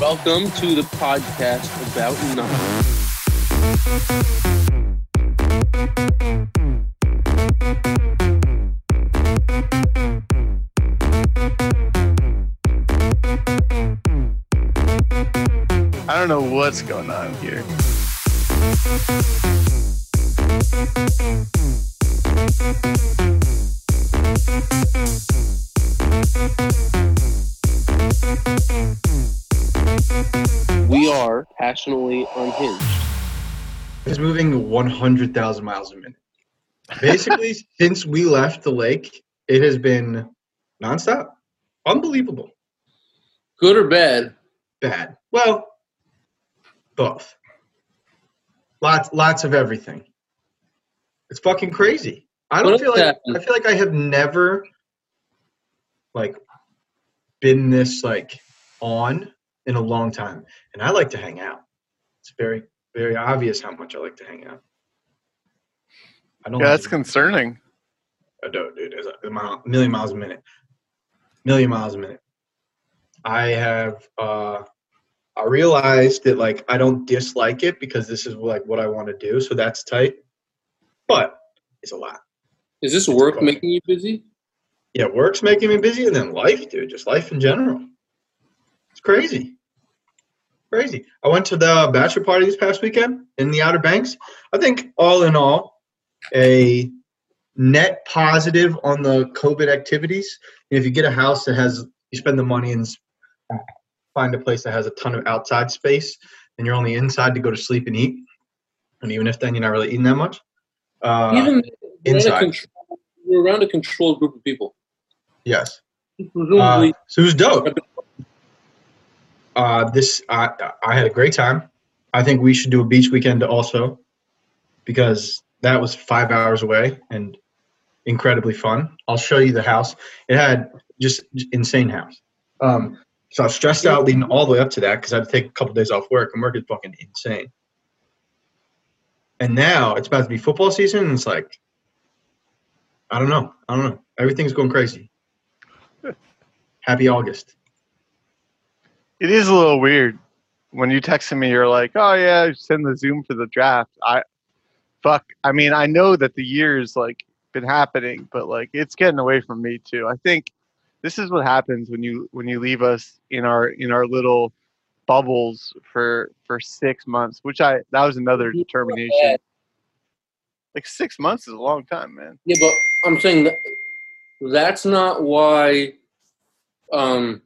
Welcome to the podcast about nothing. I don't know what's going on here. We are passionately unhinged. is moving 100,000 miles a minute. Basically, since we left the lake, it has been nonstop. Unbelievable. Good or bad? Bad. Well, both. Lots lots of everything. It's fucking crazy. I don't What feel is like that? I feel like I have never like been this like on in a long time. And I like to hang out. It's very very obvious how much I like to hang out. I don't Yeah, like that's concerning. I don't, dude. It's a mile, million miles a minute. Million miles a minute. I have. Uh, I realized that like I don't dislike it because this is like what I want to do, so that's tight. But it's a lot. Is this work making you busy? Yeah, work's making me busy, and then life, dude. Just life in general. It's crazy. Crazy. I went to the bachelor party this past weekend in the Outer Banks. I think all in all, a net positive on the COVID activities. And if you get a house that has, you spend the money and s- find a place that has a ton of outside space, and you're only inside to go to sleep and eat. And even if then you're not really eating that much. Uh, Even we're, in a inside. control, we're around a controlled group of people. yes. Uh, oh. Presumably, so it was dope. Uh, this I I had a great time. I think we should do a beach weekend also, because that was five hours away and incredibly fun. I'll show you the house. It had just insane house. Um, so I was stressed out leading all the way up to that because I had to take a couple days off work, and work is fucking insane. And now it's about to be football season, and it's like, I don't know, I don't know. Everything's going crazy. Happy August. It is a little weird. When you texted me, you're like, "Oh yeah, send the Zoom for the draft." I, fuck. I mean, I know that the year's like been happening, but like it's getting away from me too. I think this is what happens when you when you leave us in our in our little bubbles for for six months. Which I that was another determination. Like six months is a long time, man. Yeah, but I'm saying that that's not why. Um,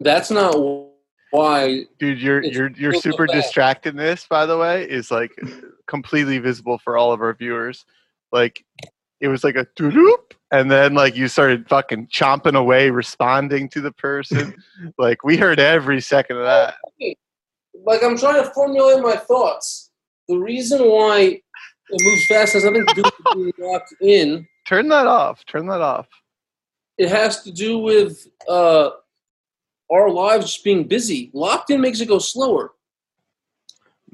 that's not why. Dude, your It's your your so super bad. distractedness, by the way, is like completely visible for all of our viewers. Like it was like a doop, and then like you started fucking chomping away, responding to the person. like we heard every second of that. Like I'm trying to formulate my thoughts. The reason why it moves fast has nothing to do with being locked in. Turn that off. Turn that off. It has to do with uh, our lives just being busy. Locked in makes it go slower.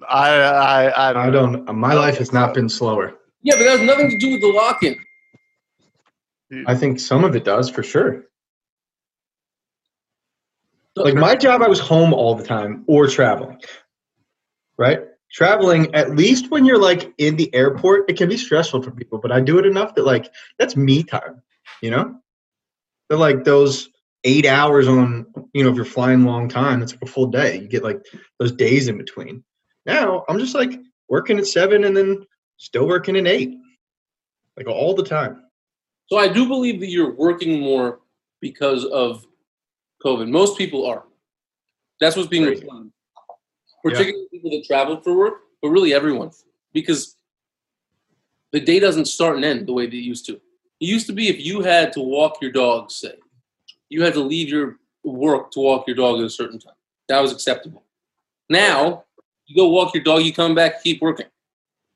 I I I don't. I don't. My life has not been slower. Yeah, but that has nothing to do with the lock in. I think some of it does for sure. Like my job, I was home all the time or traveling. Right? Traveling, at least when you're like in the airport, it can be stressful for people, but I do it enough that like that's me time, you know? They're like those eight hours on, you know, if you're flying long time, it's like a full day. You get like those days in between. Now I'm just like working at seven and then still working at eight, like all the time. So I do believe that you're working more because of COVID. Most people are. That's what's being Crazy. reported. Particularly people that travel for work, but really everyone. Because the day doesn't start and end the way that it used to. It used to be if you had to walk your dog, say, you had to leave your work to walk your dog at a certain time. That was acceptable. Now, you go walk your dog, you come back, keep working.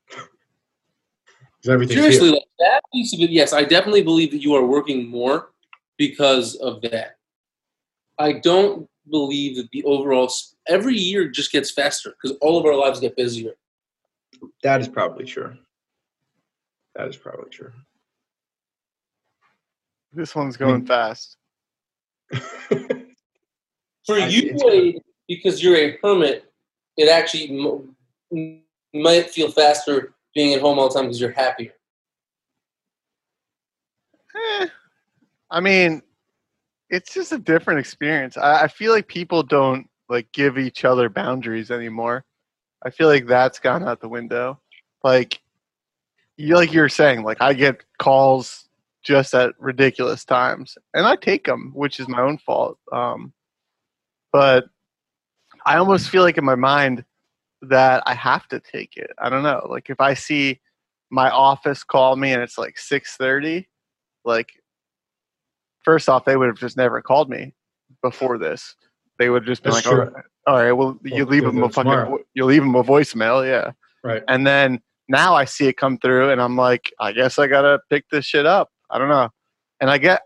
'Cause everything's here. Seriously, like that piece of it, yes, I definitely believe that you are working more because of that. I don't believe that the overall s- every year just gets faster because all of our lives get busier. That is probably true. That is probably true. This one's going fast. For I- you, uh, it's Wade, because you're a hermit, it actually m- m- might feel faster being at home all the time because you're happier. Eh, I mean, it's just a different experience. I, I feel like people don't like give each other boundaries anymore. I feel like that's gone out the window. Like you like you were saying, like I get calls just at ridiculous times, and I take them, which is my own fault. Um, but I almost feel like in my mind that I have to take it. I don't know. Like if I see my office call me and it's like six thirty, like first off, they would have just never called me before this. They would have just been That's like, "Oh, all right, all right, well, you Well, leave they'll them do a it fucking, tomorrow. vo- you leave them a voicemail, yeah. Right. And then now I see it come through, and I'm like, I guess I gotta pick this shit up. I don't know. And I get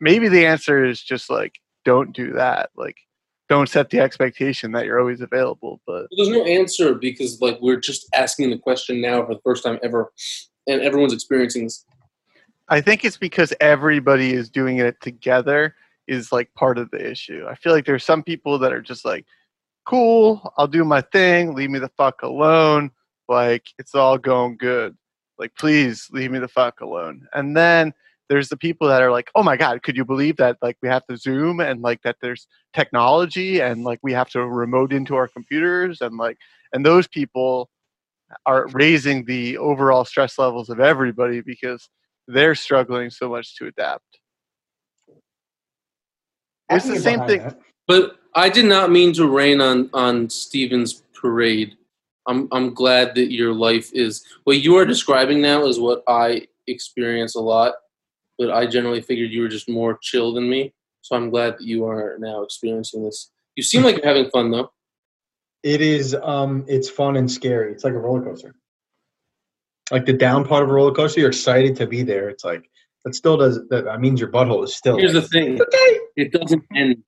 maybe the answer is just like, don't do that. Like, don't set the expectation that you're always available. But There's no answer because like we're just asking the question now for the first time ever, and everyone's experiencing this. I think it's because everybody is doing it together is like part of the issue. I feel like there's some people that are just like, cool, I'll do my thing, leave me the fuck alone. Like, it's all going good. Like, please leave me the fuck alone. And then there's the people that are like, oh my God, could you believe that? Like, we have to Zoom and like that there's technology and like we have to remote into our computers and like, and those people are raising the overall stress levels of everybody because they're struggling so much to adapt. I It's can the get same behind thing. that. But I did not mean to rain on on Steven's parade. I'm I'm glad that your life is what you are describing now is what I experience a lot. But I generally figured you were just more chill than me, so I'm glad that you are now experiencing this. You seem like you're having fun though. It is. Um, it's fun and scary. It's like a roller coaster. Like the down part of a roller coaster, you're excited to be there. It's like that still does. That, that means your butthole is still. Here's the like, thing: okay. it doesn't end.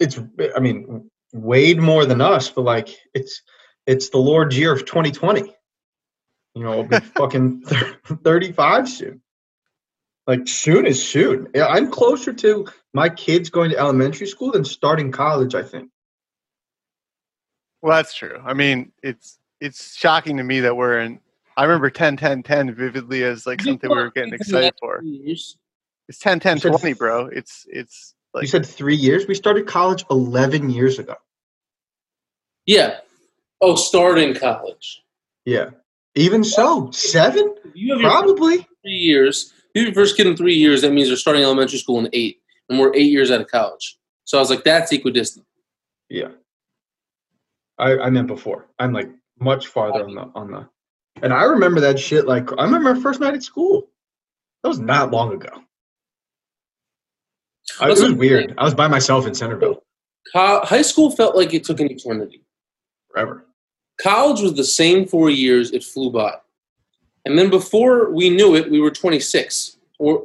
It's. I mean, weighed more than us, but like it's. It's the Lord's year of 2020. You know, it'll be fucking 35 soon. Like soon is soon. Yeah, I'm closer to my kids going to elementary school than starting college. I think. Well, that's true. I mean, it's it's shocking to me that we're in. I remember 10 10 10 vividly as like You something we were want getting to do excited that for. years. It's 10 10 You said- 20, bro. It's it's You like said three years. We started college 11 years ago. Yeah. Oh, starting college. Yeah. Even so, seven? You have your Probably. three years. If you have your first kid in three years, that means they're starting elementary school in eight, and we're eight years out of college. So I was like, that's equidistant. Yeah. I, I meant before. I'm like much farther on the on the and I remember that shit like I remember my first night at school. That was not long ago. I, it That's was what- weird. I was by myself in Centerville Co- high school felt like it took an eternity. forever. College was the same four years; it flew by. And then before we knew it, we were 26. Or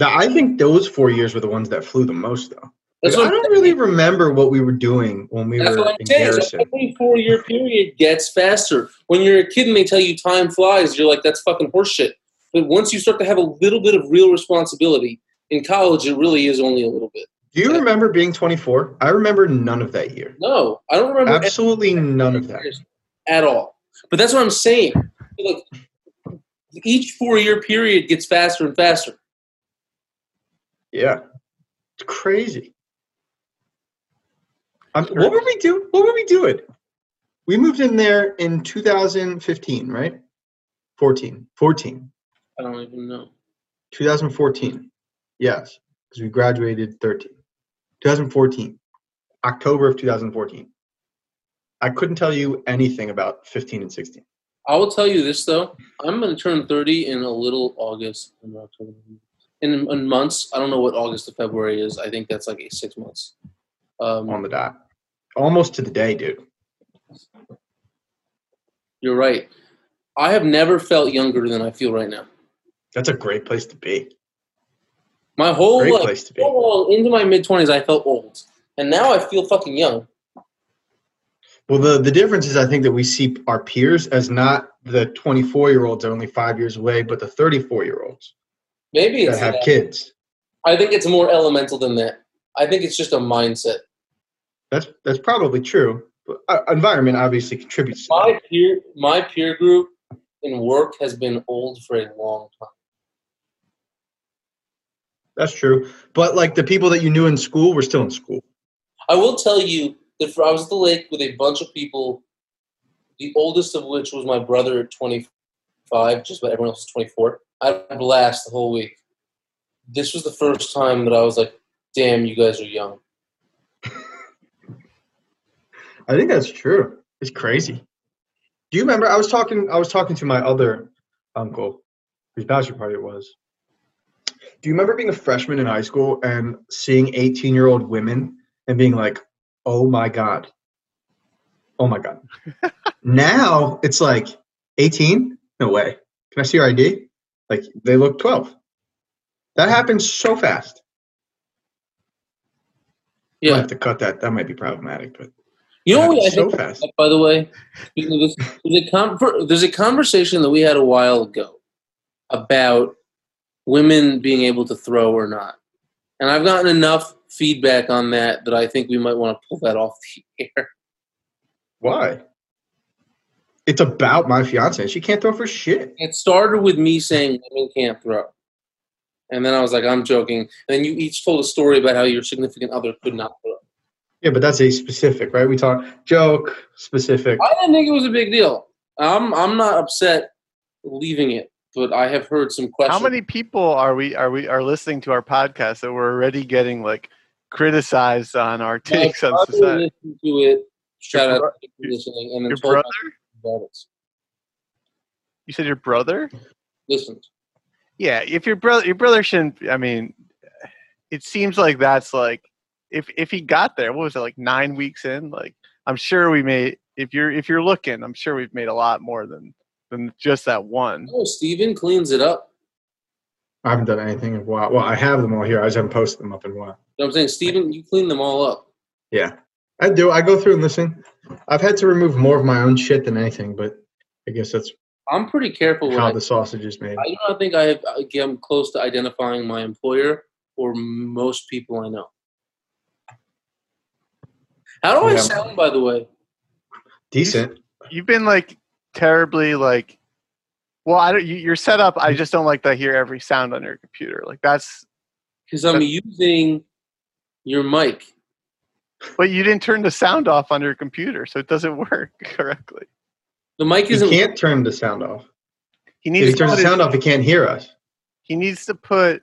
Now, I think those four years were the ones that flew the most though. that's Like, what I I'm don't really remember what we were doing when we That's were what I'm in saying. is Garrison. that Every four year period gets faster. When you're a kid and they tell you time flies, you're like, that's fucking horseshit. But once you start to have a little bit of real responsibility in college, it really is only a little bit. Do you remember being 24? I remember none of that year. No, I don't remember any Absolutely none of that. at all. But that's what I'm saying. Like, each four year period gets faster and faster. Yeah, it's crazy. Um, what were we do? What were we doing? We moved in there in 2015, right? 14, 14, I don't even know. 2014. Yes, because we graduated 13, 2014, October of 2014. I couldn't tell you anything about 15 and 16. I will tell you this though. I'm going to turn 30 in a little August and October. In, in months, I don't know what August to February is. I think that's like eight, six months. On Um, the dot, almost to the day, dude. you're right. I have never felt younger than I feel right now. That's a great place to be. My whole Great life, place to be. all along into my mid 20s, I felt old, and now I feel fucking young. Well, the, the difference is I think that we see our peers as not the 24 year olds are only five years away, but the 34 year olds. Maybe that it's have that. kids. I think it's more elemental than that. I think it's just a mindset. That's that's probably true. But uh, environment obviously contributes. To My that. peer, my peer group in work has been old for a long time. That's true. But like the people that you knew in school were still in school. I will tell you that for, I was at the lake with a bunch of people, the oldest of which was my brother at 25, just about everyone else was 24. I had a blast the whole week. This was the first time that I was like, damn, you guys are young. I think that's true. It's crazy. Do you remember? I was talking. I was talking to my other uncle, whose bachelor party it was. Do you remember being a freshman in high school and seeing eighteen-year-old women and being like, "Oh my god, oh my god." now it's like eighteen. No way. Can I see your ID? Like they look twelve. That happens so fast. I Yeah. have to cut that. That might be problematic, but You know it what I happens so think, fast. by the way? You know, this- There's a, con- there's a conversation that we had a while ago about women being able to throw or not. And I've gotten enough feedback on that that I think we might want to pull that off the air. Why? It's about my fiance. She can't throw for shit. it started with me saying women can't throw. And then I was like, I'm joking. And then you each told a story about how your significant other could not throw. Yeah, but that's a specific, right? We talk joke specific. I didn't think it was a big deal. I'm I'm not upset leaving it, but I have heard some questions. How many people are we are we are listening to our podcast that we're already getting like criticized on our My takes on brother society? listened to it. Shout Your out bro- to you for listening, and then Your told brother? my about it. You said your brother? Listened. Yeah, if your brother your brother shouldn't I mean it seems like that's like if if he got there, what was it like nine weeks in? Like I'm sure we made if you're if you're looking, I'm sure we've made a lot more than than just that one. Oh, Steven cleans it up. I haven't done anything in a while. Well, I have them all here. I just haven't posted them up in a while. You know what I'm saying, Steven, you clean them all up. Yeah, I do. I go through and listen. I've had to remove more of my own shit than anything, but I guess that's I'm pretty careful when how I the sausage is made. I do not think I have, again, I'm close to identifying my employer or most people I know. How do I Yeah. sound, by the way? Decent. You've been like terribly like well, I don't. You, your setup. I just don't like to hear every sound on your computer. Like that's. Because I'm using your mic. But you didn't turn the sound off on your computer, so it doesn't work correctly. The mic He isn't. can't turn the sound off. He If needs he to turns put the his- sound off, he can't hear us. he needs to put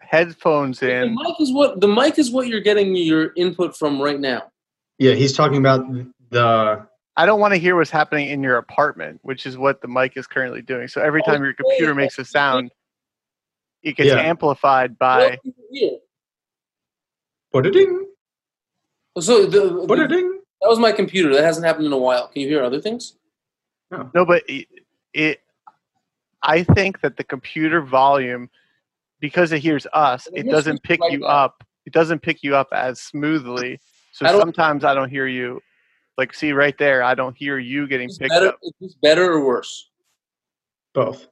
headphones The in. mic is what the mic is what you're getting your input from right now. Yeah, he's talking about the. I don't want to hear what's happening in your apartment, which is what the mic is currently doing. So Oh, every time your computer makes a sound, it gets Yeah. amplified by. What you hear. Ba-da-ding, So the, the- ba-da-ding. that was my computer. That hasn't happened in a while. Can you hear other things? No, but it, it. I think that the computer volume, because it hears us, Let it me doesn't switch pick right you now. up. It doesn't pick you up as smoothly. So I don't- sometimes I don't hear you. Like, see right there, I don't hear you getting Is picked better, up. is this better or worse? Both.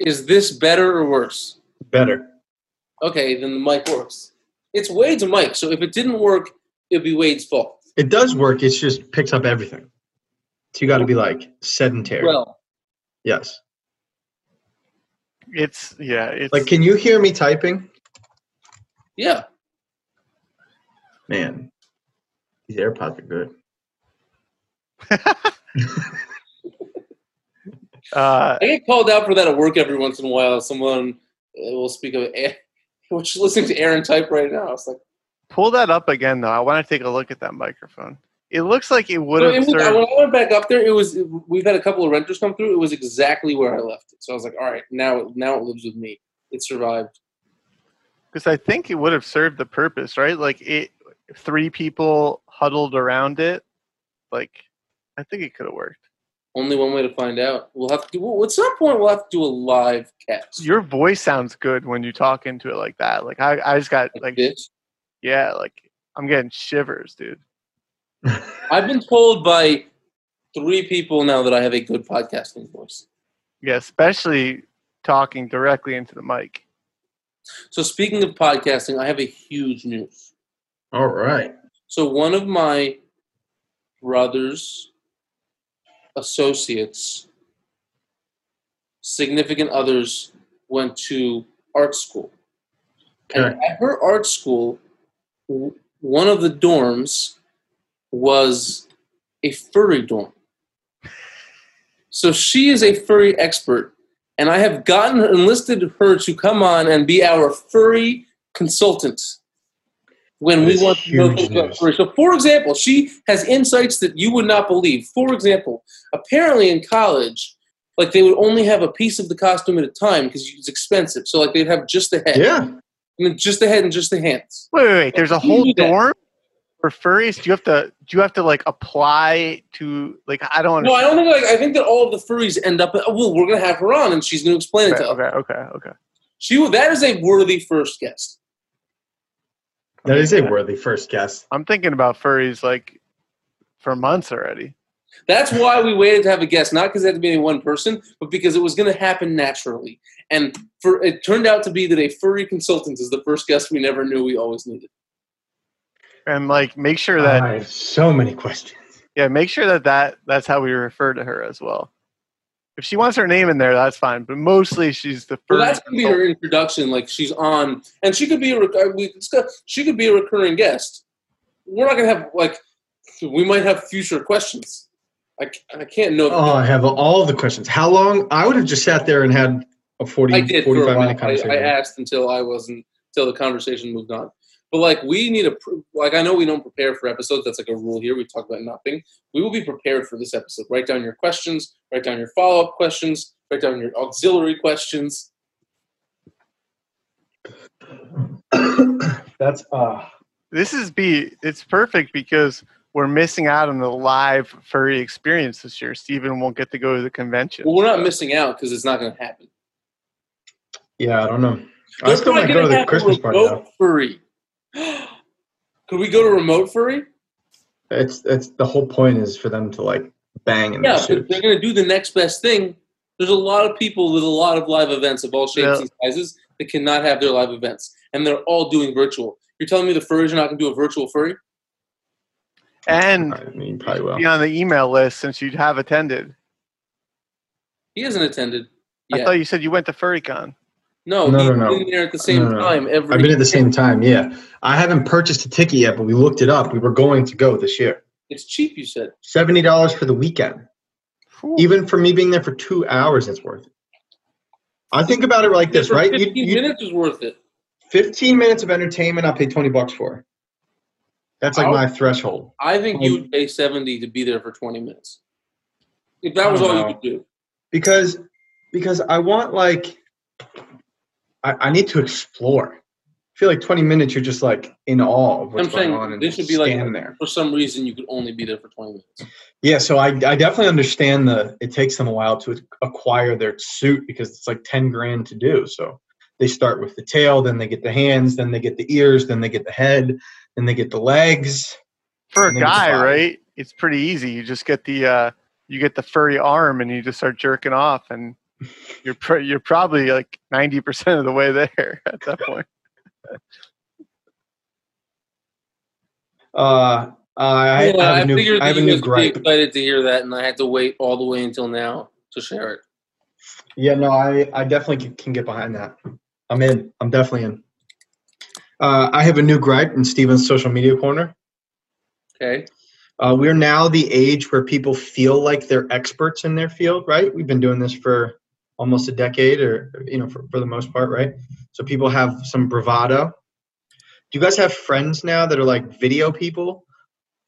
Is this better or worse? Better. okay, then the mic works. It's Wade's mic, so if it didn't work, it'd be Wade's fault. It does work. It's just picks up everything. So you got to be like sedentary. Well, yes. It's yeah. It's Like, can you hear me typing? yeah. Man, these AirPods are good. uh, I get called out for that at work every once in a while. Someone uh, will speak of Aaron, which listening to Aaron type right now. It's like pull that up again though. I want to take a look at that microphone. It looks like it would So have it was, served. when I went back up there, it was we've had a couple of renters come through. It was exactly where I left it. So I was like, all right, now it now it lives with me. It survived. because I think it would have served the purpose, right? Like it, three people huddled around it. Like, I think it could have worked. Only one way to find out. We'll have to do. Well, at some point, we'll have to do a live cast. Your voice sounds good when you talk into it like that. Like I, I just got like like, this. yeah, like I'm getting shivers, dude. I've been told by three people now that I have a good podcasting voice. Yeah, especially talking directly into the mic. So speaking of podcasting, I have a huge news. All right. So one of my brother's associates, significant others, went to art school. Okay. And at her art school, w- one of the dorms was a furry dorm. So she is a furry expert, and I have gotten enlisted her to come on and be our furry consultant when That we is want to know huge things about news. furry. So, for example, she has insights that you would not believe. For example, apparently in college, like they would only have a piece of the costume at a time because it's expensive. So, like they'd have just the head, Yeah. and then just the head and just the hands. Wait, wait, wait. There's a You whole do that. dorm for furries. Do you have to? Do you have to like apply to like? I don't No, I understand. don't think like I think that all of the furries end up. oh, Well, we're gonna have her on, and she's gonna explain it to us. okay, okay, okay, okay. She will- that is a worthy first guest. That is a worthy first guess. I'm thinking about furries like for months already. That's why we waited to have a guest, not because it had to be any one person, but because it was going to happen naturally. And for it turned out to be that a furry consultant is the first guest we never knew we always needed. And like, make sure that I have so many questions. yeah, make sure that that that's how we refer to her as well. If she wants her name in there, that's fine. But mostly, she's the Well, furry. that's going to be her introduction. Like she's on, and she could be a rec- uh, we discuss- she could be a recurring guest. We're not going to have like we might have future questions. I, c- I can't know. Oh, I have all the questions. How long? I would have just sat there and had a 40, I did for a 45 while. minute I, conversation. I asked until I wasn't until the conversation moved on. But like we need a pr- like I know we don't prepare for episodes. That's like a rule here. We talk about nothing. We will be prepared for this episode. Write down your questions. Write down your follow up questions. Write down your auxiliary questions. That's uh this is be it's perfect because we're missing out on the live furry experience this year. Steven won't get to go to the convention. Well, we're not missing out because it's not going to happen. yeah, I don't know. I Look still what might I'm go to gonna the have, Christmas party remote though. furry. Could we go to remote furry? It's it's the whole point is for them to like bang in Yeah, their but suits. they're going to do the next best thing. There's a lot of people with a lot of live events of all shapes Yeah. and sizes that cannot have their live events, and they're all doing virtual. You're telling me the furries are not going to do a virtual furry? And I mean, probably will. be on the email list since you have attended. He hasn't attended. I Yeah. thought you said you went to FurryCon. no, No, he's no, no. been there at the same No, no, no. time every. I've been at the same time. Yeah, I haven't purchased a ticket yet, but we looked it up. We were going to go this year. It's cheap, you said. Seventy dollars for the weekend. Even for me being there for two hours, it's worth it. I think about it like this, For right? You- 15 you, minutes is worth it. 15 minutes of entertainment i'll pay 20 bucks for that's like Wow. my threshold I think you Um, would pay 70 to be there for 20 minutes. If that was I all don't you know. could do. because because i want like i, I need to explore i feel like 20 minutes you're just like in awe of what's I'm going saying on and this should just be like- stand there For some reason, you could only be there for 20 minutes. yeah so I, I definitely understand the it takes them a while to acquire their suit because it's like 10 grand to do so they start with the tail then they get the hands then they get the ears then they get the head then they get the legs For a And then it's guy, live. right? It's pretty easy. You just get the uh, you get the furry arm and you just start jerking off, and you're pr- you're probably like ninety percent of the way there at that point. uh Yeah, I, I have a I new, figured that I have a you new guys would be gripe. excited to hear that, and I had to wait all the way until now to share it. Yeah, no, I, I definitely can- can get behind that. I'm in. I'm definitely in. Uh, I have a new gripe in Steven's social media corner. Okay. Uh, we're now the age where people feel like they're experts in their field, right? We've been doing this for almost a decade, or you know, for, for the most part, right? So people have some bravado. Do you guys have friends now that are like video people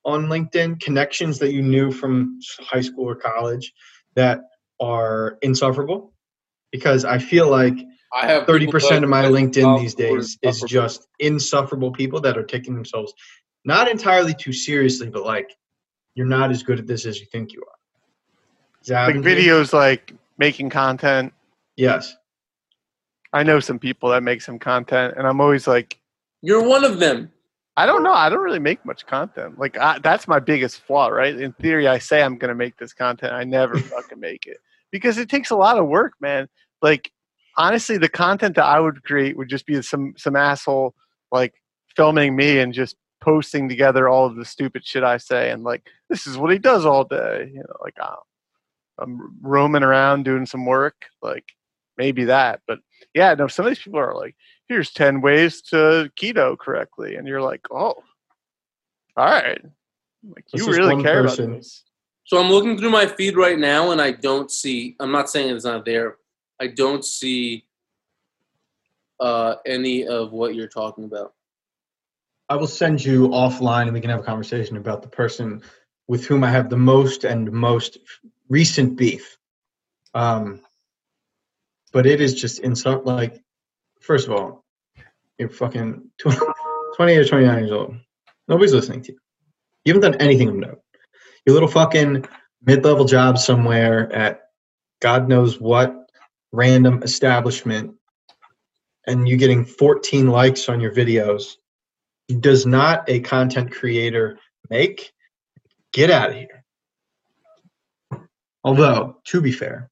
on LinkedIn? Connections that you knew from high school or college that are insufferable? Because I feel like I have thirty people that percent of my I LinkedIn follow these who are days is insufferable. just insufferable people that are taking themselves not entirely too seriously, but like you're not as good at this as you think you are. Does that Like happen to you? videos, like making content. Yes. I know some people that make some content, and I'm always like, You're one of them. I don't know. I don't really make much content. Like I, that's my biggest flaw, right? In theory, I say I'm going to make this content, I never fucking make it because it takes a lot of work, man. Like honestly, the content that I would create would just be some some asshole like filming me and just posting together all of the stupid shit I say and like this is what he does all day. You know, like I'm, I'm roaming around doing some work, like maybe that. But yeah, no, some of these people are like, here's ten ways to keto correctly, and you're like, oh, all right, like This you is really one care person. about this. So I'm looking through my feed right now, and I don't see. I'm not saying it's not there. I don't see uh, any of what you're talking about. I will send you offline and we can have a conversation about the person with whom I have the most and most recent beef. Um, but it is just insult. Like, first of all, you're fucking 20, 28 or 29 years old. Nobody's listening to you. You haven't done anything of note. Your little fucking mid level job somewhere at God knows what random establishment, and you getting 14 likes on your videos does not a content creator make, get out of here. Although, to be fair,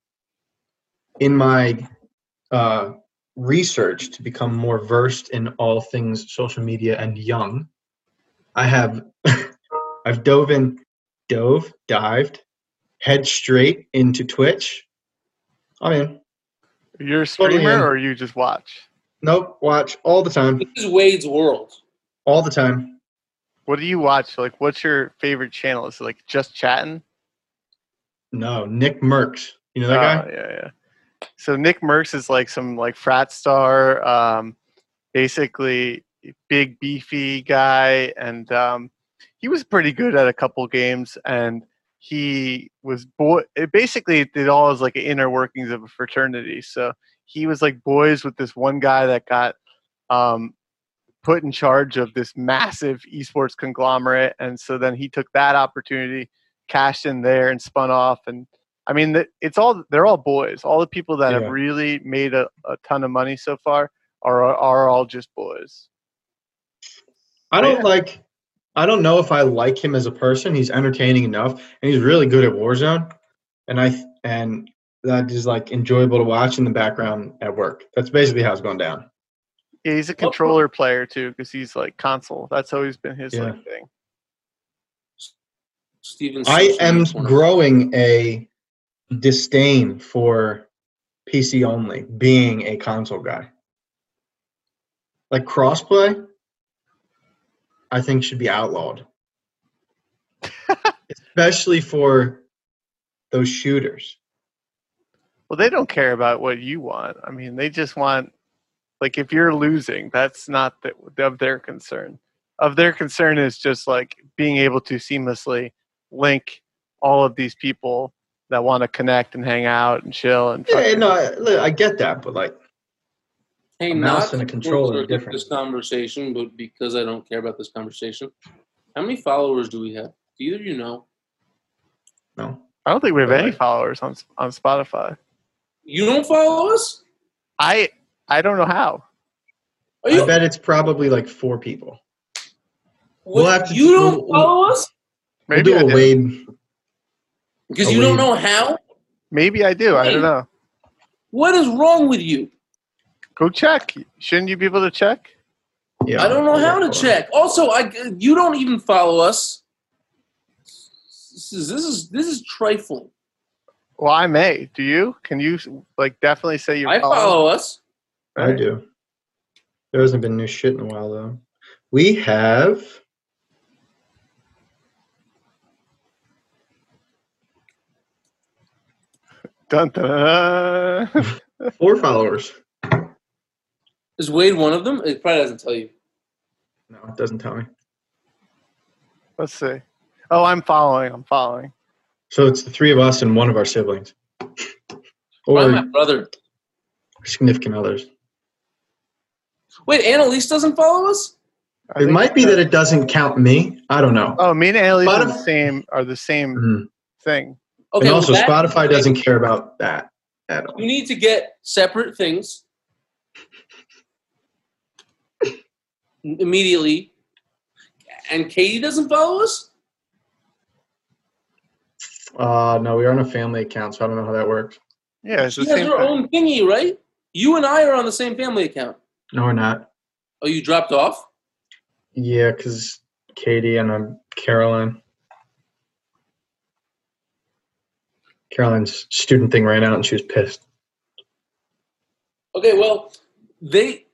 in my uh, research to become more versed in all things social media and young, I have I've dove in, dove, dived, head straight into Twitch. I mean, You're a Totally in. streamer, or you just watch. nope, watch all the time, This is Wade's world. all the time. What do you watch? Like, what's your favorite channel? Is it like just chatting? No, Nick Merckx. You know that guy? Oh, yeah, yeah. So Nick Merckx is like some like frat star, um, basically big beefy guy, and um, he was pretty good at a couple games, and he was boy. It basically did all as like inner workings of a fraternity. So he was like boys with this one guy that got um, put in charge of this massive esports conglomerate, and so then he took that opportunity, cashed in there, and spun off and I mean, th- it's all they're all boys. All the people that Yeah. have really made a, a ton of money so far are are all just boys. But I don't like. I don't know if I like him as a person. He's entertaining enough, and he's really good at Warzone. And I th- and that is like enjoyable to watch in the background at work. That's basically how it's going down. Yeah, he's a well- controller player too because he's like console. That's always been his like thing. Steven. I Sessions am is one of- growing a disdain for PC only, being a console guy. Like crossplay, I think should be outlawed, especially for those shooters. Well, they don't care about what you want. I mean, they just want like if you're losing, that's not the, of their concern. Of their concern is just like being able to seamlessly link all of these people that want to connect and hang out and chill and Yeah, fucking- no, I, I get that, but like. Hey, A not mouse and a to controller are forget different. This conversation, but because I don't care about this conversation, how many followers do we have? Do either of you know? No. I don't think we have any Really? followers on on Spotify. You don't follow us? I I don't know how. Are you? I bet it's probably like four people. what- we'll have to- you don't we'll- we'll- follow us Maybe we'll I do a do. Wade. because Are you don't we- know how. Maybe I do. I don't know. What is wrong with you? Go check. Shouldn't you be able to check? Yeah, I don't know we'll how to record. check. Also, I you don't even follow us. This is this is this is trifling. Well, I may. Do you? Can you like definitely say you? I follow us. I do. There hasn't been new shit in a while though. We have Dun, dun, dun, dun. four followers. Is Wade one of them? It probably doesn't tell you. No, it doesn't tell me. Let's see. Oh, I'm following. I'm following. So it's the three of us and one of our siblings, Probably my or brother. significant others. Wait, Annalise doesn't follow us. I It think- might be uh, that it doesn't count me. I don't know. Oh, me and Annalise are the Spotify- same. Are the same Mhm. thing. Okay. and well, also, that- Spotify doesn't care about that at all. You need to get separate things immediately. And Katie doesn't follow us. Uh, no, we are on a family account, so I don't know how that works. Yeah, it's She the has same her thing. own thingy, right? You and I are on the same family account. No, we're not. Oh, you dropped off? Yeah, because Katie and um, Caroline. Caroline's student thing ran out and she was pissed. Okay, well, they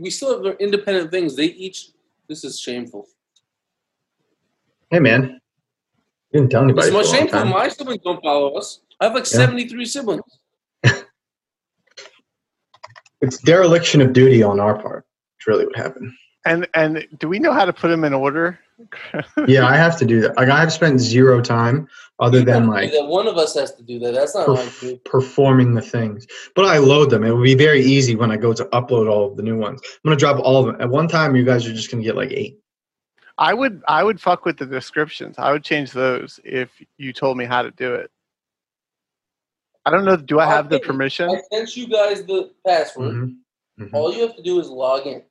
we still have their independent things. They each this is shameful. Hey, man. You didn't tell anybody. It's more for a long shameful. time. My siblings don't follow us. I have like Yeah. 73 siblings. It's dereliction of duty on our part. It's really what happened. And and do we know how to put them in order? Yeah, I have to do that. Like, I have spent zero time other than You have to like do that. one of us has to do that. That's not my perf- dude. performing the things. But I load them. It would be very easy when I go to upload all of the new ones. I'm gonna drop all of them at one time. You guys are just gonna get like eight. I would I would fuck with the descriptions. I would change those if you told me how to do it. I don't know. Do I have the Okay. permission? I sent you guys the password. Mhm. Mhm. All you have to do is log in.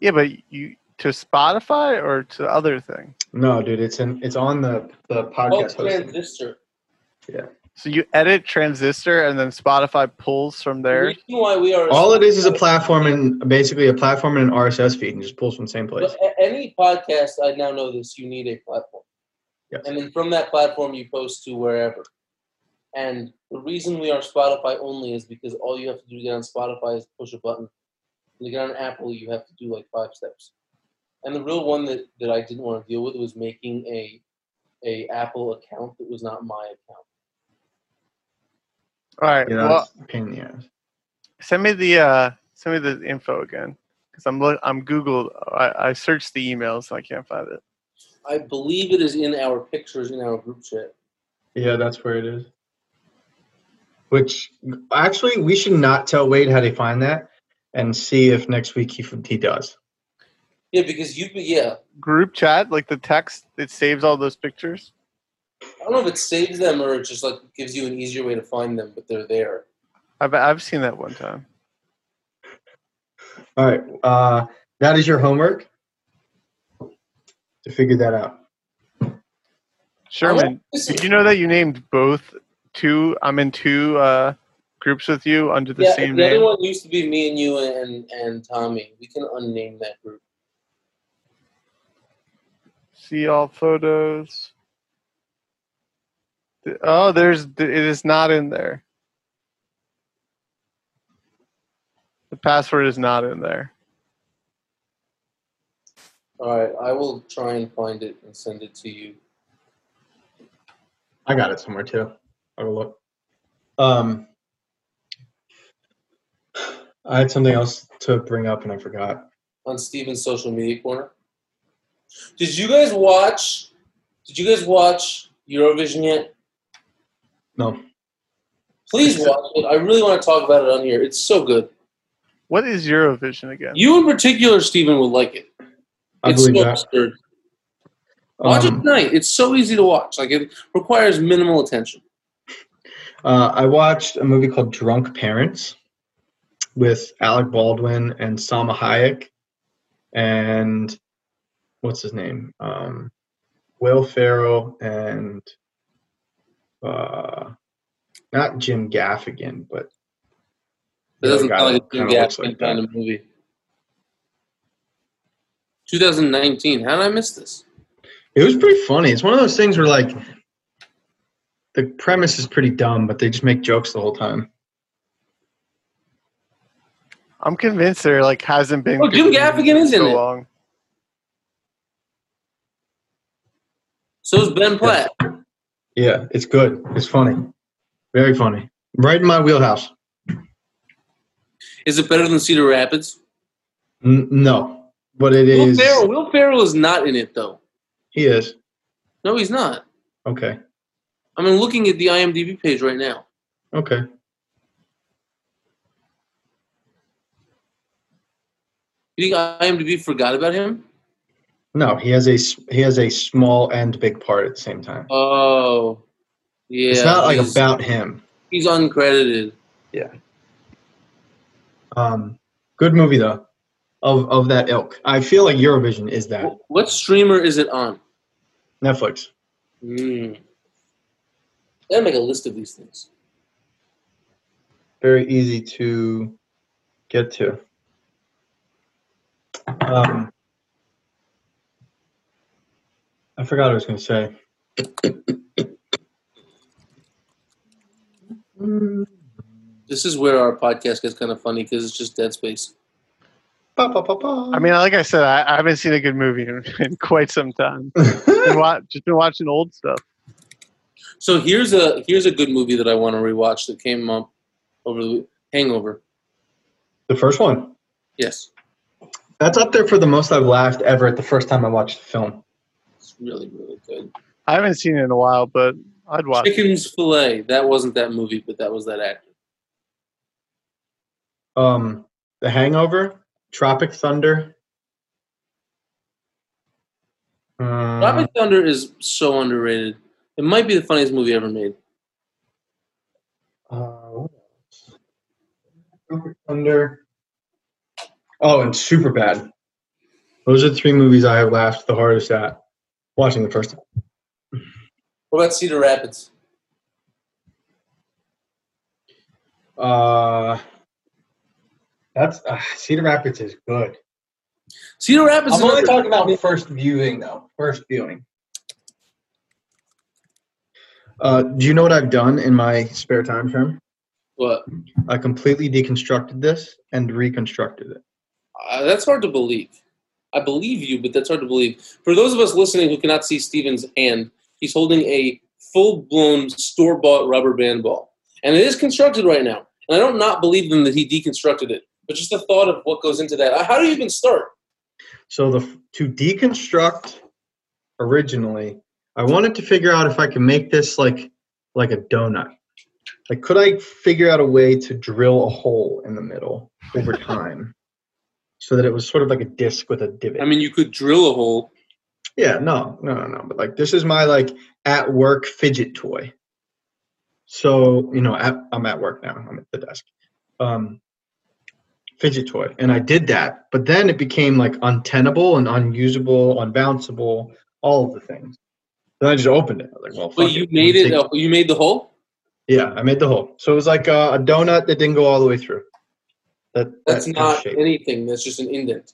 Yeah, but you to Spotify or to other thing. No, dude, it's in. It's on the the Oh, podcast hosting. transistor. So you edit Transistor and then Spotify pulls from The there. reason why we are All it is is a platform and basically a platform and an RSS feed, and just pulls from the same place. But a- any podcast, I now know this, you need a platform. Yes. And then from that platform, you post to wherever. And the reason we are Spotify only is because all you have to do to get on Spotify is push a button. To get on Apple, you have to do like five steps. And the real one that, that I didn't want to deal with was making a a Apple account that was not my account. All right. You know, Well, it's a pain in the ass. send me the uh, send me the info again because I'm look I'm Googled. I, I searched the emails and I can't find it. I believe it is in our pictures in our group chat. Yeah, that's where it is. Which actually, we should not tell Wade how to find that, and see if next week he he does. Yeah, because you yeah. Group chat, like the text, it saves all those pictures. I don't know if it saves them or it just like gives you an easier way to find them, but they're there. I've I've seen that one time. All right, uh, that is your homework to figure that out. Sherman, Listen, did you know that you named both two? I'm in two uh, groups with you under the yeah, same the other name. one used to be me and you and and Tommy. We can unname that group. See all photos. Th- Oh, there's th- it is not in there. The password is not in there. All right, I will try and find it and send it to you. I got it somewhere too. I'll go look. Um, I had something else to bring up and I forgot. on Steven's social media corner. Did you guys watch? Did you guys watch Eurovision yet? No. Please watch it. I really want to talk about it on here. It's so good. What is Eurovision again? You in particular, Steven, would like it. I it's believe so that. absurd. Watch it Um, tonight. It's so easy to watch. Like it requires minimal attention. Uh, I watched a movie called Drunk Parents with Alec Baldwin and Salma Hayek and what's his name? Um, Will Ferrell and uh, not Jim Gaffigan, but It the other doesn't guy sound like that a Jim kinda looks Gaffigan like kind that. of movie. 2019. How did I miss this? It was pretty funny. It's one of those things where like the premise is pretty dumb, but they just make jokes the whole time. I'm convinced there like hasn't been. Oh, Jim Gaffigan is in so it. long. So is Ben Platt. Yeah, it's good. It's funny. Very funny. Right in my wheelhouse. Is it better than Cedar Rapids? N- no, but it Will is. Ferrell, Will Ferrell is not in it though. He is. No, he's not. Okay. I mean, looking at the IMDb page right now. Okay. You think IMDb forgot about him? No, he has a s- he has a small and big part at the same time. Oh, yeah. it's not like he's, about him. he's uncredited. Um, good movie though, of of that ilk. I feel like Eurovision is that Wh- What streamer is it on? Netflix. Hmm. Gotta make a list of these things. Very easy to get to. Um, I forgot what I was going to say. This is where our podcast gets kind of funny because it's just dead space. Ba, ba, ba, ba. I mean, like I said, I, I haven't seen a good movie in, in quite some time. Been wa- just been watching old stuff. So here's a here's a good movie that I want to rewatch that came up over the Hangover. the first one. Yes, That's up there for the most I've laughed ever at the first time I watched the film. it's really really good. I haven't seen it in a while, but I'd watch. it. Chicken's Fillet. That wasn't that movie, but that was that actor. Um, the Hangover, Tropic Thunder. Um, Tropic Thunder is so underrated. It might be the funniest movie ever made. Uh, what else? Tropic Thunder. Oh, and Super Bad. Those are the three movies I have laughed the hardest at watching the first time. What about Cedar Rapids? Uh, that's uh, Cedar Rapids is good. Cedar Rapids. I'm is only under- talking about first viewing though. First viewing. Uh, do you know what I've done in my spare time, Sherm? What? I completely deconstructed this and reconstructed it. Uh, that's hard to believe. I believe you, but that's hard to believe. For those of us listening who cannot see Steven's hand, he's holding a full blown store bought rubber band ball. And it is constructed right now. And I don't not believe them that he deconstructed it, but just the thought of what goes into that. Uh, How do you even start? So the to deconstruct originally, I wanted to figure out if I could make this like like a donut. Like, could I figure out a way to drill a hole in the middle over time, so that it was sort of like a disc with a divot? I mean, you could drill a hole. Yeah, no, no, no, no. But like, this is my like at work fidget toy. So you know, at, I'm at work now. I'm at the desk. Um, fidget toy, and I did that. But then it became like untenable and unusable, unbounceable, all of the things. Then I just opened it. I was like, well, But fuck you Let me made it. take- Uh, you made the hole. yeah, I made the hole. So it was like uh, a, a donut that didn't go all the way through. That That's that not shape. anything. That's just an indent.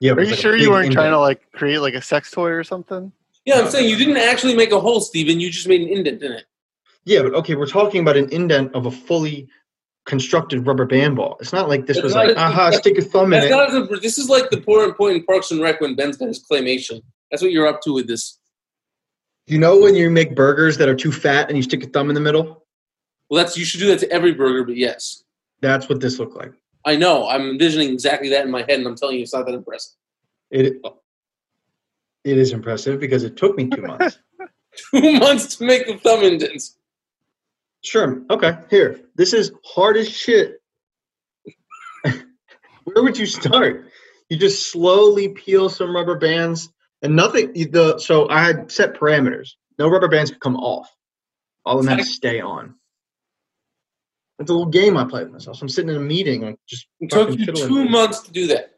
Yeah, Are you sure you weren't trying to like create like a sex toy or something? Yeah, I'm saying you didn't actually make a hole, Steven. You just made an indent in it. Yeah, but okay, we're talking about an indent of a fully constructed rubber band ball. It's not like this That's was not like, a- aha, stick your thumb in That's it. not a, this is like the poor and point in Parks and Rec when Ben's got his claymation. That's what you're up to with this. you know when you make burgers that are too fat and you stick your thumb in the middle? Well, that's you should do that to every burger, but yes, That's what this looked like. I know. I'm envisioning exactly that in my head, and I'm telling you, it's not that impressive. It it is impressive because it took me two months. Two months to make the thumb indents. sure. Okay. Here. This is hard as shit. Where would you start? You just slowly peel some rubber bands and nothing you- the so I had set parameters. No rubber bands could come off. All of them had to stay on. It's a little game I play with myself. So I'm sitting in a meeting, like just It took fucking you fiddling. two months to do that.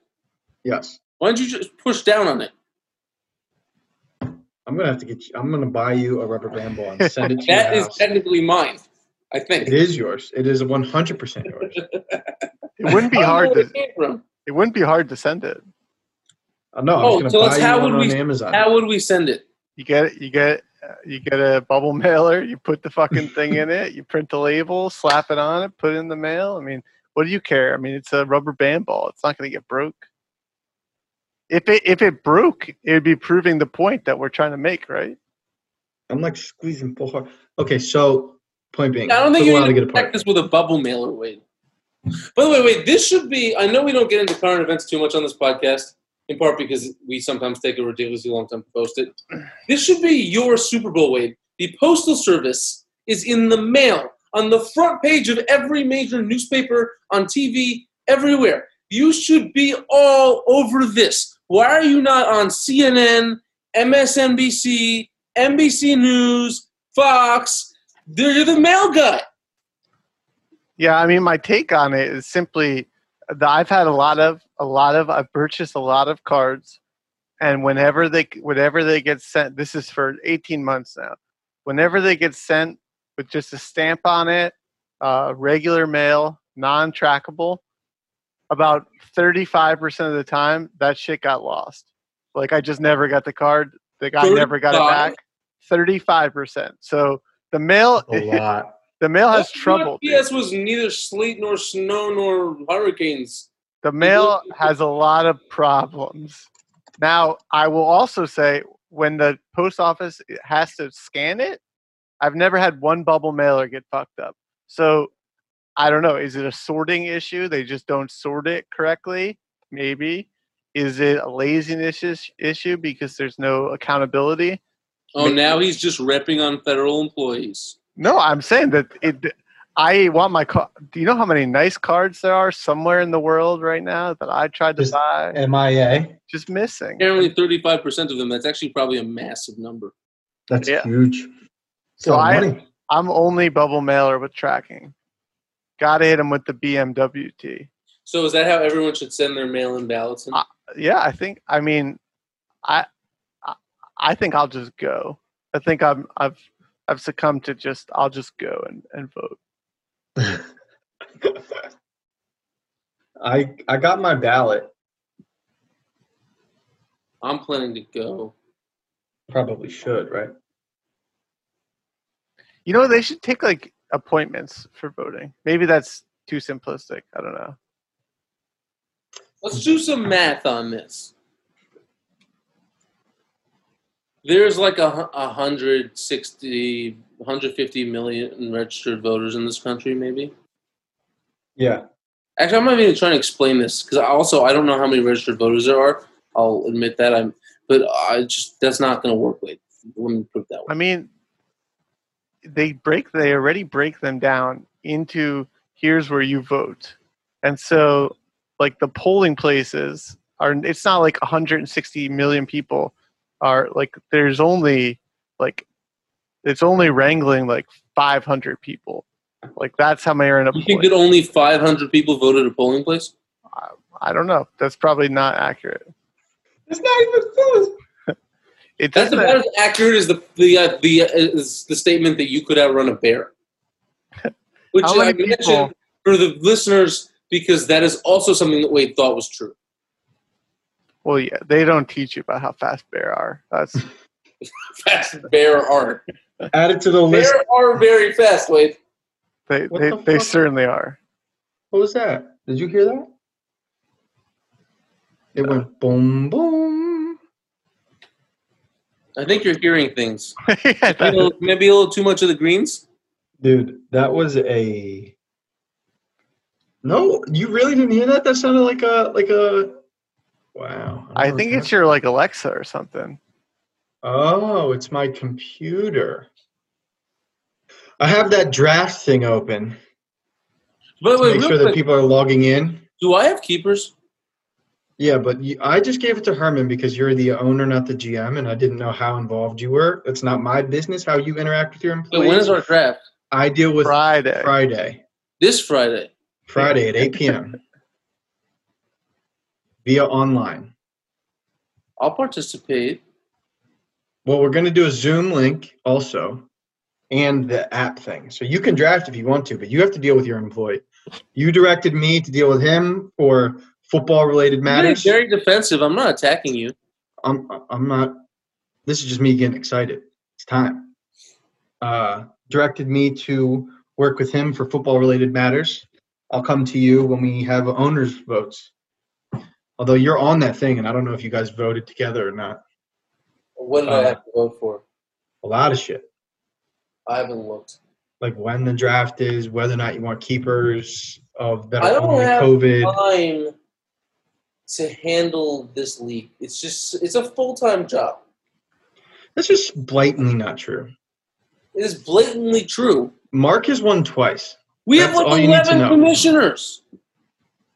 Yes, Why don't you just push down on it? I'm gonna have to get. You, I'm gonna buy you a rubber band ball and send it to That your is house. technically mine. I It think. is yours. It is 100 percent yours. It wouldn't be I don't know hard where to. it came from. It wouldn't be hard to send it. Uh, No, I'm Oh, just so gonna let's- buy how you one would we- on Amazon. How would we send it? You get it. You get. uh, You get a bubble mailer. You put the fucking thing in it. You print the label, slap it on it, put it in the mail. I mean, what do you care? I mean, it's a rubber band ball. It's not going to get broke. If it if it broke, it would be proving the point that we're trying to make, right? I'm like squeezing full hard. Okay, so point being, I don't it think took a you while to need get to a part. protect this with a bubble mailer, Wade. By the way, wait, this should be. I know we don't get into current events too much on this podcast, in part because we sometimes take a ridiculously long time to post it. This should be your Super Bowl, Wade. The Postal Service is in the mail, on the front page of every major newspaper, on TV, everywhere. You should be all over this. Why are you not on CNN, MSNBC, NBC News, Fox? They're you're the mail guy. Yeah, I mean, my take on it is simply that I've had a lot of a lot of I've purchased a lot of cards, and whenever they whenever they get sent, this is for eighteen months now. Whenever they get sent with just a stamp on it, uh, regular mail, non-trackable, about 35% of the time, that shit got lost. Like, I just never got the card. The guy never got it back. 35%. So the mail, A lot. the mail has That's what trouble. dude. PS was neither sleet nor snow nor hurricanes. The mail has a lot of problems. Now, I will also say when the post office has to scan it, I've never had one bubble mailer get fucked up. So I don't know. Is it a sorting issue? They just don't sort it correctly? Maybe. Is it a laziness is- issue because there's no accountability? Oh, now he's just repping on federal employees. No, I'm saying that it. I want my car. Do you know how many nice cards there are somewhere in the world right now that I tried to Just- buy? MIA. Just missing. Apparently, 35% of them. That's actually probably a massive number. That's Yeah. huge. It's a So lot of I- money. I'm only bubble mailer with tracking. Gotta hit him with the BMWT. So is that how everyone should send their mail-in ballots? In? Uh, Yeah, I think. I mean, I, I, I think I'll just go. I think I'm. I've. I've succumbed to just. I'll just go and, and vote. I I got my ballot. I'm planning to go. Probably should, right? You know, they should take like appointments for voting. Maybe that's too simplistic. I don't know. Let's do some math on this. There's like a, hu- a 160, 150 million registered voters in this country, maybe. Yeah. Actually, I'm not even trying to explain this because also I don't know how many registered voters there are. I'll admit that. I'm, but I just that's not going to work. Wait, let me put it that way. I mean, they break. They already break them down into here's where you vote, and so like the polling places are. It's not like 160 million people are like. There's only like it's only wrangling like 500 people. Like that's how many are in a You think polling. that only 500 people voted at a polling place? I don't know. That's probably not accurate. It's not even close. It That's doesn't. about as accurate as the the uh, the, uh, is the statement that you could outrun a bear. Which How I many people- mentioned for the listeners because that is also something that Wade thought was true. Well, yeah, they don't teach you about how fast bear are. That's Fast bear are Add it to the list. bear are very fast, Wade. they. What they, the they fuck? certainly are. What was that? Did you hear that? It went boom boom. I think you're hearing things. Yeah, Maybe a, that- little, maybe a little too much of the greens. Dude, that was a No, you really didn't hear that? That sounded like a like a Wow. don't I know think what it's your like Alexa or something. Oh, it's my computer. I have that draft thing open But to wait, make real sure that quick, people are logging in. do I have keepers? Yeah, but you, I just gave it to Herman because you're the owner, not the GM, and I didn't know how involved you were. It's not my business how you interact with your Wait, when employees. is our draft? I deal with Friday. Friday, This Friday. Friday at 8 p.m. via online. I'll participate. Well, we're going to do a Zoom link also and the app thing. So you can draft if you want to, but you have to deal with your employee. You directed me to deal with him for football related You're getting matters. very defensive. I'm not attacking you. I'm I'm not. This is just me getting excited. It's time. Uh, directed me to work with him for football related matters. I'll come to you when we have owners votes. Although you're on that thing, and I don't know if you guys voted together or not. What did I have to vote for? A lot of shit, I haven't looked. like when the draft is, whether or not you want keepers of that I are don't only have uh, COVID. time to handle this league. It's just it's a full time job. That's just blatantly not true. It is blatantly true. Mark has won twice. We That's have all like you need to eleven know. commissioners.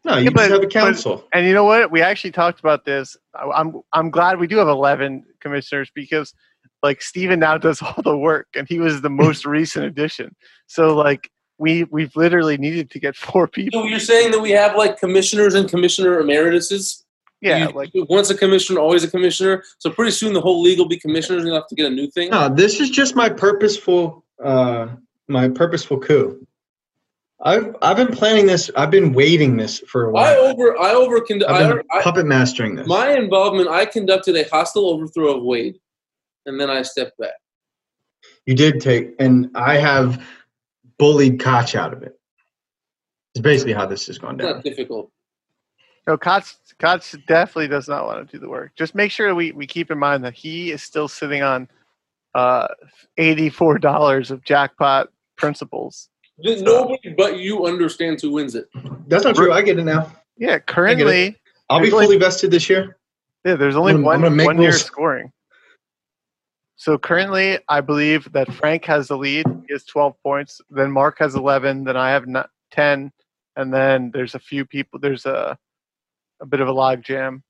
No, you Yeah, just but- have a but- council. And you know what? We actually talked about this. I- I'm I'm glad we do have 11 commissioners because like Steven now does all the work and he was the most recent addition. So like we we've literally needed to get four people. So you're saying that we have like commissioners and commissioner emerituses? Yeah, You- like once a commissioner, always a commissioner. So pretty soon the whole league will be commissioners, and you'll have to get a new thing. No, this is just my purposeful, uh, my purposeful coup. I've I've been planning this. I've been waiting this for a I while. over I over I've I, been I, puppet mastering this. my involvement. I conducted a hostile overthrow of Wade, and then I stepped back. you did take, and I have bullied Koch out of it. It's basically how this has gone It's not down. difficult. No, Koch, Koch definitely does not want to do the work. Just make sure we, we keep in mind that he is still sitting on uh, $84 of jackpot principles. Just Nobody but you understands who wins it. That's not true. I get it now. Yeah, currently, I'll be There's only- fully vested this year. yeah, there's only I'm gonna- I'm one, gonna make one year rules. scoring. So currently, I believe that Frank has the lead. He has 12 points. Then Mark has 11. Then I have not, 10. And then there's a few people. There's a, a bit of a log jam.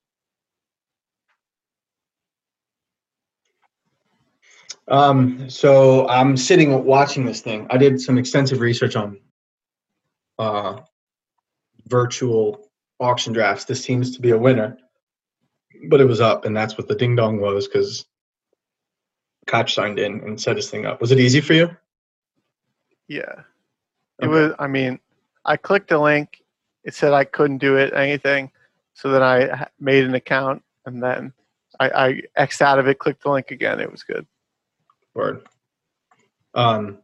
Um, so I'm sitting watching this thing. I did some extensive research on uh, virtual auction drafts. This seems to be a winner, but it was up, and that's what the ding dong was because Koch signed in and set his thing up. Was it easy for you? Yeah. It Okay. was. I mean, I clicked the link. It said I couldn't do it anything. So then I ha- made an account and then I, I X'd out of it. Clicked the link again. It was good. Word. Um,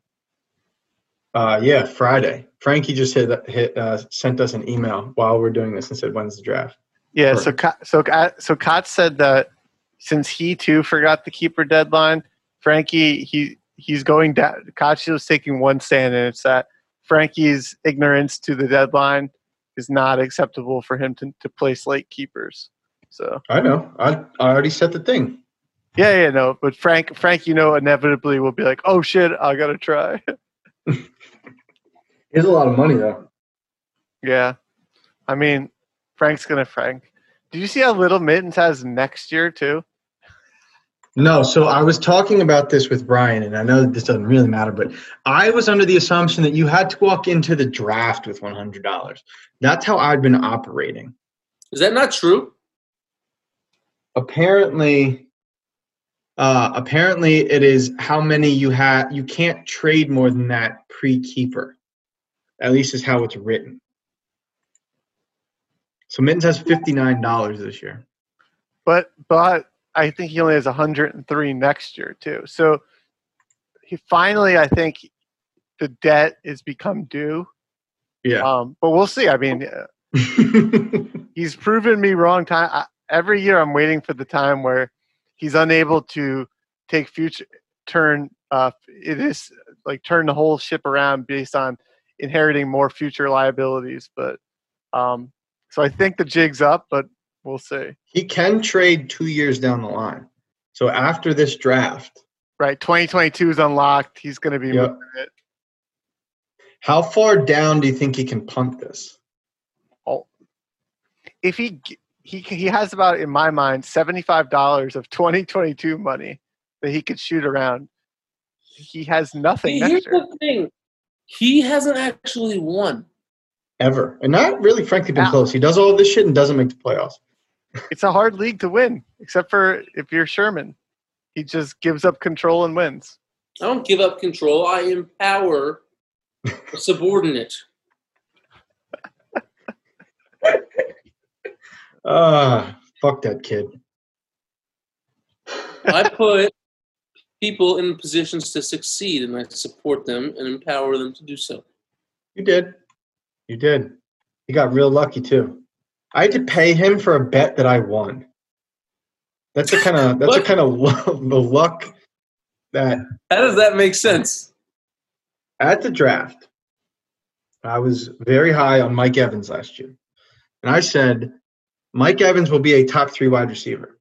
uh, yeah, Friday. Frankie just hit, hit uh, sent us an email while we're doing this and said, "When's the draft?" Yeah. So Ka- so Ka- so Kot said that since he too forgot the keeper deadline, Frankie he he's going down. Kachi was taking one stand, and it's that Frankie's ignorance to the deadline is not acceptable for him to, to place late keepers. So I know. I I already set the thing. Yeah, yeah, no. But Frank, Frank, you know, inevitably will be like, "Oh shit, I gotta try." It's a lot of money though. yeah, I mean, Frank's gonna Frank. Did you see how little Mittens has next year too? No, so I was talking about this with Brian, and I know that this doesn't really matter, but I was under the assumption that you had to walk into the draft with one hundred dollars. That's how I'd been operating. Is that not true? Apparently, uh, apparently it is how many you have. You can't trade more than that pre keeper. At least is how it's written. So Mittens has fifty nine dollars this year. But but I think he only has 103 next year too. So he finally, I think, the debt is become due. Yeah. Um, but we'll see. I mean, uh, he's proven me wrong time I, every year i'm waiting for the time where he's unable to take future turn uh it is like turn the whole ship around based on inheriting more future liabilities but um so i think the jig's up but we'll see He can trade two years down the line. So after this draft, right 2022 is unlocked he's going to be Yep. how far down do you think he can punt this? if he g- he c- he has about in my mind $75 of 2022 money that he could shoot around he has nothing See, next here's year. the thing. He hasn't actually won. Ever. And not really, frankly, been Ow. close. He does all this shit and doesn't make the playoffs. it's a hard league to win, except for if you're Sherman. He just gives up control and wins. I don't give up control. I empower a subordinate. Ah, fuck that kid. I put people in positions to succeed and I support them and empower them to do so. You did. You did. You got real lucky too. I had to pay him for a bet that I won. That's the kind of that's the What? kind of the luck that How does that make sense? at the draft, I was very high on Mike Evans last year. And I said, Mike Evans will be a top three wide receiver.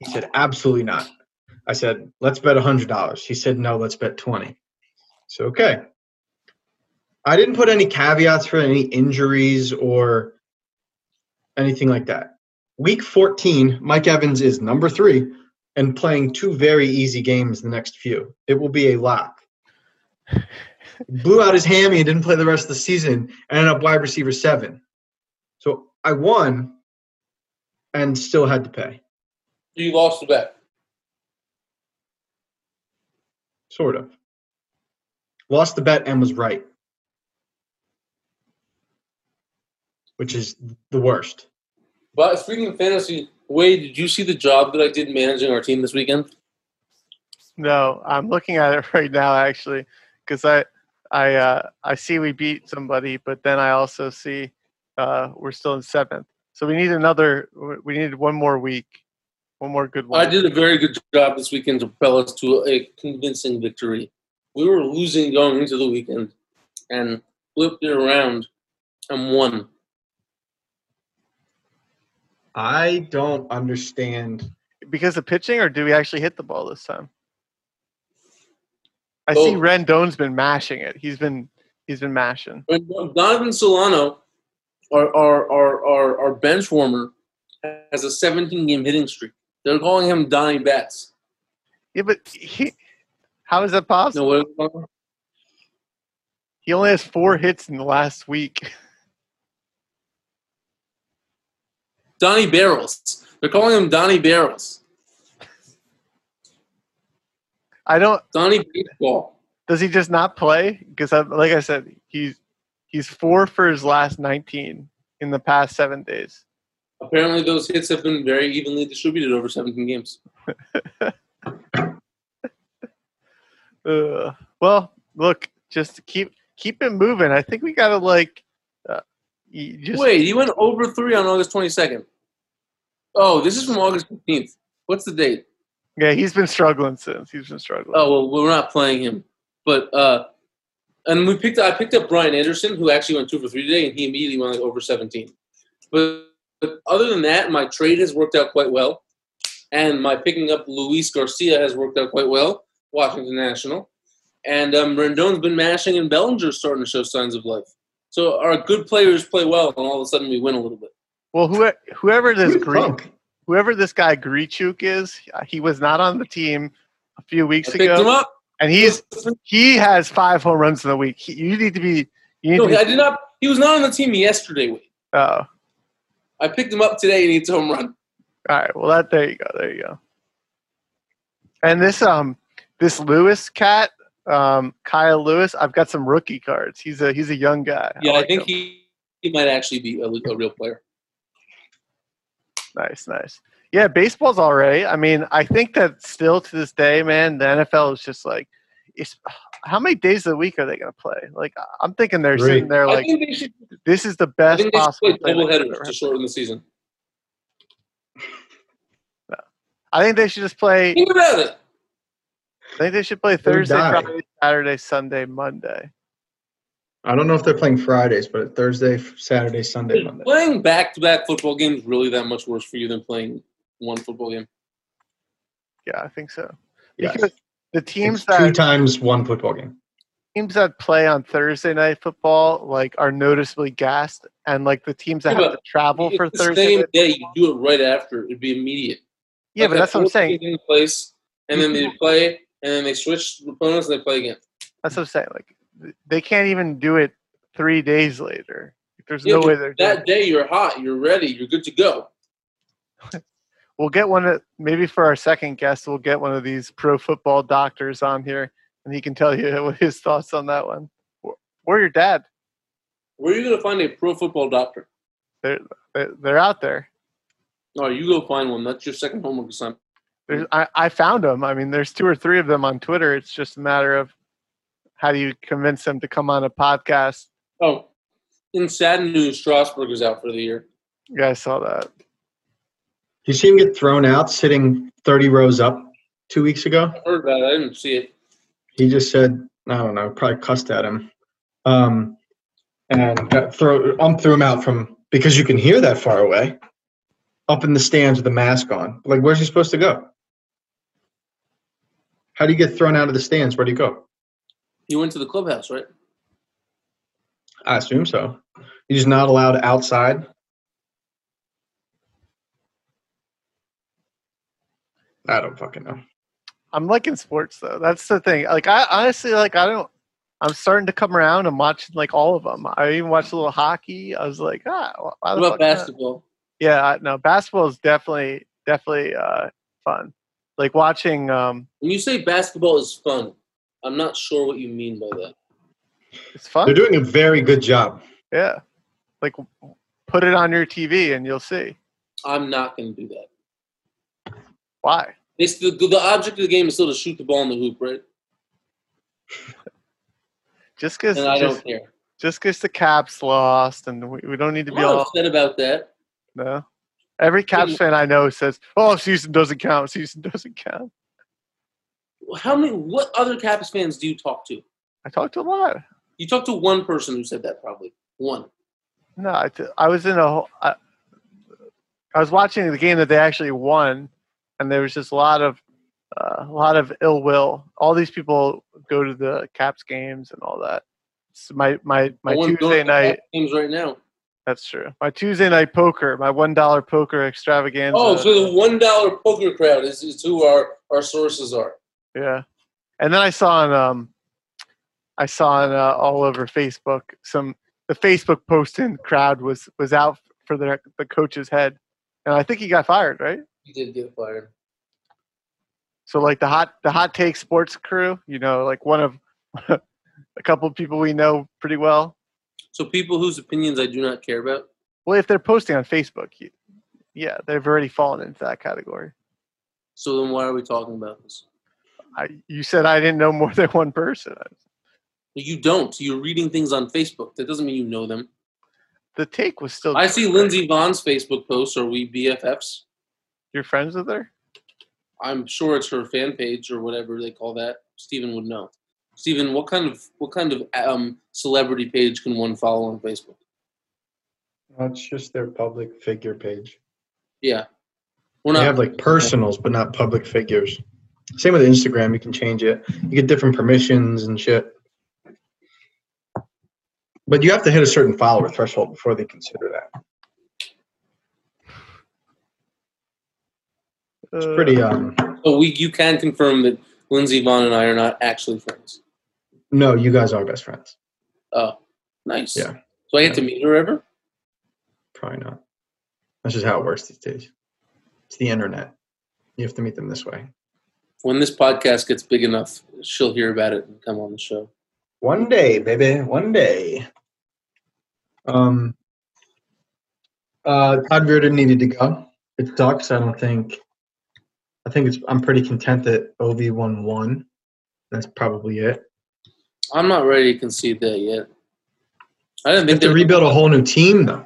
He said, absolutely not. I said, let's bet $100. He said, no, let's bet 20 So, okay. I didn't put any caveats for any injuries or anything like that. Week 14, Mike Evans is number three and playing two very easy games the next few. It will be a lock blew out his hammy and didn't play the rest of the season and ended up wide receiver seven. So I won and still had to pay, You lost the bet. sort of. Lost the bet and was right. which is the worst. But speaking of fantasy, Wade, did you see the job that I did managing our team this weekend? No, I'm looking at it right now actually, because I, I, uh, I see we beat somebody, but then I also see uh, we're still in seventh. So we need another. We need one more week, one more good one. I did a very good job this weekend to propel us to a convincing victory. We were losing going into the weekend, and flipped it around and won. I don't understand. because of pitching, or do we actually hit the ball this time? I see Both. Rendon's been mashing it. He's been he's been mashing. When Donovan Solano, our our, our, our our bench warmer, has a 17 game hitting streak. They're calling him Donnie Betts. Yeah, but he, how is that You know possible? what it's called? He only has four hits in the last week. Donnie Barrels. They're calling him Donnie Barrels. I don't. Donnie Baseball. Does he just not play? Because like I said, he's he's four for his last 19 in the past seven days. Apparently, those hits have been very evenly distributed over 17 games. Ugh. Well, look, just keep keep it moving. I think we gotta like. Uh, you just, Wait, he went over three on August 22nd. Oh, this is from August 15th. What's the date? Yeah, he's been struggling since. He's been struggling. Oh well, we're not playing him, but uh, and we picked. I picked up Brian Anderson, who actually went two for three today, and he immediately went like over seventeen. But, but other than that, my trade has worked out quite well, and my picking up Luis Garcia has worked out quite well. Washington National, and um, Rendon's been mashing, and Bellinger's starting to show signs of life. So our good players play well, and all of a sudden we win a little bit. Well, whoe- whoever this Who's Greek, Funk? whoever this guy Grichuk is, uh, he was not on the team a few I weeks picked him ago, up. and he's he has five home runs in the week. He, you need to be. You need No, to be I did not. He was not on the team yesterday. Wade. oh, all I picked him up today, and he hits a home run. right. Well, that there you go. There you go. And this um this Lewis cat um Kyle Lewis, I've got some rookie cards. He's a he's a young guy. Yeah, I, like think him. he, he might actually be a, a real player. Nice, nice. Yeah, baseball's all right. I mean, I think that still to this day, man, the NFL is just like, it's how many days of the week are they going to play? Like, I- I'm thinking they're Three. sitting there I like, think they should, this is the I best think they should possible. play Play they double could headers ever to have. shorten the season. I think they should just play. Think about it. I think they should play They'll Thursday, die. Friday, Saturday, Sunday, Monday. I don't know if they're playing Fridays, but Thursday, Saturday, Sunday, Is Monday. Playing back to back football games really that much worse for you than playing one football game? Yeah, I think so. Yes. Because the It's teams two that times one football game. teams that play on Thursday night football like are noticeably gassed, and like the teams that Yeah, have to travel It's for the Thursday. same night- day, you do it right after. It'd be immediate. Yeah, Like but that that's what I'm fourth saying. Mm-hmm. game In place, and then they play, and then they switch opponents and they play again. That's what I'm saying. Like th- they can't even do it three days later. Like, There's Yeah, no but way they're doing. That day, you're hot, you're ready, you're good to go. We'll get one of maybe for our second guest. We'll get one of these pro football doctors on here, and he can tell you what his thoughts on that one. Or, or your dad. Where are you going to find a pro football doctor? They're, they're out there. No, you go find one. That's your second homework assignment. There's, I, I found them. I mean, there's two or three of them on Twitter. It's just a matter of how do you convince them to come on a podcast. Oh, in sad news, Strasburg is out for the year. Yeah, I saw that. Did you see him get thrown out sitting 30 rows up two weeks ago? I heard that. I didn't see it. He just said, I don't know, probably cussed at him. Um, and got throw, um, threw him out from because you can hear that far away up in the stands with a mask on. Like, where's he supposed to go? How do you get thrown out of the stands? Where do you go? He went to the clubhouse, right? I assume so. He's not allowed outside. I don't fucking know. I'm liking sports though. That's the thing. Like I honestly like I don't. I'm starting to come around. I'm watching like all of them. I even watched a little hockey. I was like, ah, wh- why the What about fuck not? basketball? Yeah, I, no, basketball is definitely definitely uh, fun. Like watching. Um, When you say basketball is fun, I'm not sure what you mean by that. it's fun. They're doing a very good job. yeah, like w- Put it on your TV and you'll see. I'm not going to do that. Why? It's the, the object of the game is still to shoot the ball in the hoop, right? Just because And I don't just, care. just 'cause the Caps lost and we, we don't need to I'm be not all upset about that. no. Every Caps fan I know says, "Oh, season doesn't count. Season doesn't count." How many? What other Caps fans do you talk to? I talked to a lot. You talk to one person who said that, probably one. No, I, t- I was in a. whole- I, I was watching the game that they actually won, and there was just a lot of, uh, a lot of ill will. All these people go to the Caps games and all that. So my my my I won- Tuesday don't- night. games right now. That's true. My Tuesday night poker. My one dollar poker extravaganza. Oh, so the one dollar poker crowd is, is who our, our sources are. Yeah, and then I saw on um, I saw on uh, all over Facebook some the Facebook posting crowd was was out for the the coach's head, and I think he got fired, right? He did get fired. So like the hot the hot take sports crew, you know, like one of a couple of people we know pretty well. So people whose opinions I do not care about. Well, if they're posting on Facebook, you, yeah, they've already fallen into that category. So then why are we talking about this? I, you said I didn't know more than one person. You don't. You're reading things on Facebook. That doesn't mean you know them. The take was still. I see Lindsey Vaughn's Facebook posts. Are we BFFs? You're friends with her. I'm sure it's her fan page or whatever they call that. Steven would know. Steven, what kind of what kind of um, celebrity page can one follow on Facebook? That's just their public figure page. Yeah, we're They not. have like personals, but not public figures. Same with Instagram. You can change it. You get different permissions and shit. But you have to hit a certain follower threshold before they consider that. It's Pretty um. so we you can confirm that Lindsey Vaughn and I are not actually friends. No, you guys are best friends. Nice. Yeah. So I get to meet her ever? Probably not. That's just how it works these days. It's the internet. You have to meet them this way. When this podcast gets big enough, she'll hear about it and come on the show. One day, baby. One day. Um. Uh, Todd Reardon needed to go. It sucks. I don't think. I think it's. I'm pretty content that Ov won one. That's probably it. I'm not ready to concede that yet. I didn't They think have to were- rebuild a whole new team, though.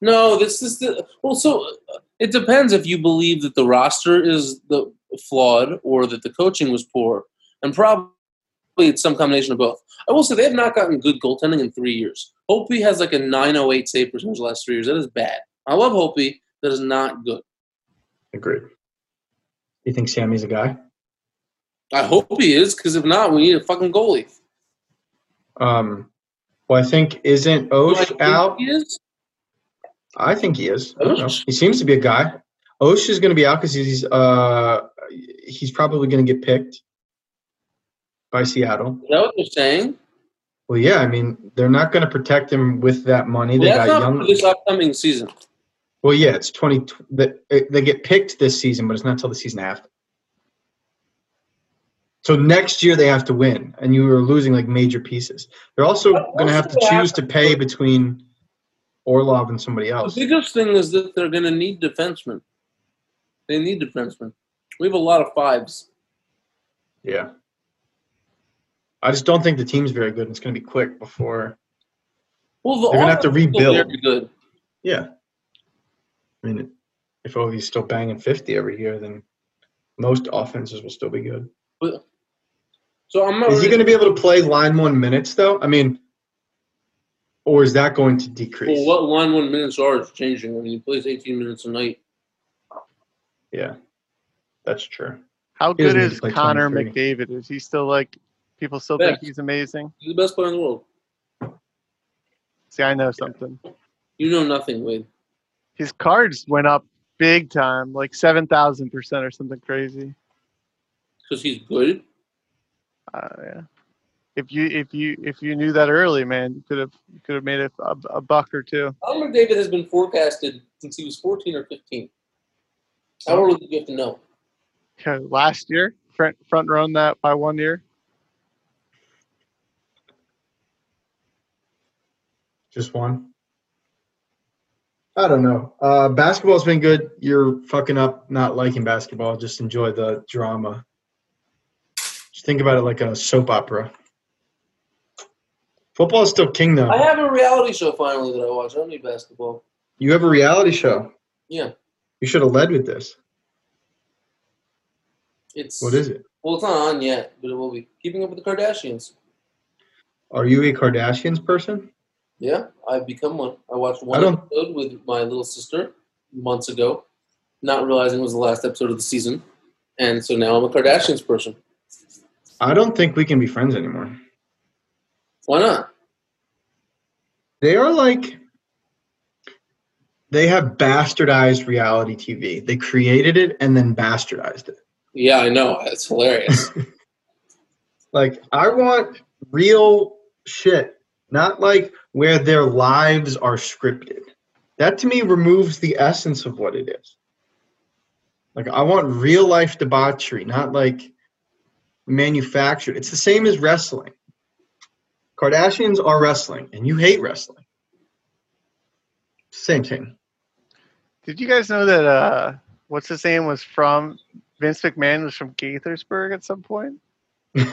No, this is the well. So uh, it depends if you believe that the roster is the flawed or that the coaching was poor, and probably it's some combination of both. I will say they have not gotten good goaltending in three years. Hopi has like a 908 save percentage the last three years. That is bad. I love Hopi. That is not good. Agreed. You think Sammy's a guy? I hope he is because if not, we need a fucking goalie. Um, well, I think isn't Do I Osh think out? He is. I think he is. I don't know. Osh? He seems to be a guy. Osh is going to be out because he's uh he's probably going to get picked by Seattle. Is that what they're saying? Well, yeah, I mean they're not going to protect him with that money. Well, They that's got not young. for this upcoming season. Well, yeah, it's twenty. tw- They they get picked this season, but it's not till the season after. So next year they have to win, and you are losing like major pieces. They're also What- going to have to what's gonna choose to pay between Orlov and somebody The else. biggest thing is that they're going to need defensemen. They need defensemen. We have a lot of fives. Yeah. I just don't think the team's very good. and It's going to be quick before. Well, the They're gonna have to offense is still rebuild. Very good. Yeah. I mean, if Ovi's still banging 50 every year, then most offenses will still be good. So I'm not. Is Oh, he really- going to be able to play line one minutes, though? I mean, or is that going to well, decrease? what line one minutes are is changing. I mean, he plays 18 minutes a night. yeah. That's true. How He doesn't good need to is play Connor 23. McDavid? Is he still like people still think Best. he's amazing? He's the best player in the world. See, I know something. You know nothing, Wade. His cards went up big time, like seven thousand percent or something crazy. Because he's good. Uh, yeah. If you if you if you knew that early, man, you could have you could have made a, a, a buck or two. Connor David has been forecasted since he was 14 or 15. How early do you have to know? Okay, Last year, front front run that by one year. Just one. I don't know. Uh, basketball's been good. You're fucking up not liking basketball. Just enjoy the drama. Just think about it like a soap opera. Football is still king, though. I have a reality show finally that I watch. I don't need basketball. you have a reality show. Yeah, You should have led with this. it's What is it? well, it's not on yet, but it will be. Keeping Up with the Kardashians. Are you a Kardashians person? Yeah, I've become one. I watched one I don't- episode with my little sister months ago, not realizing it was the last episode of the season, and so now I'm a Kardashians person. I don't think we can be friends anymore. Why not? They are like they have bastardized reality TV. They created it and then bastardized it. Yeah, I know. It's hilarious. Like I want real shit, not like where their lives are scripted. That to me removes the essence of what it is. Like I want real life debauchery, not like manufactured. It's the same as wrestling. Kardashians are wrestling and you hate wrestling. Same thing. Did you guys know that uh, what's his name was from Vince McMahon was from Gaithersburg at some point? No,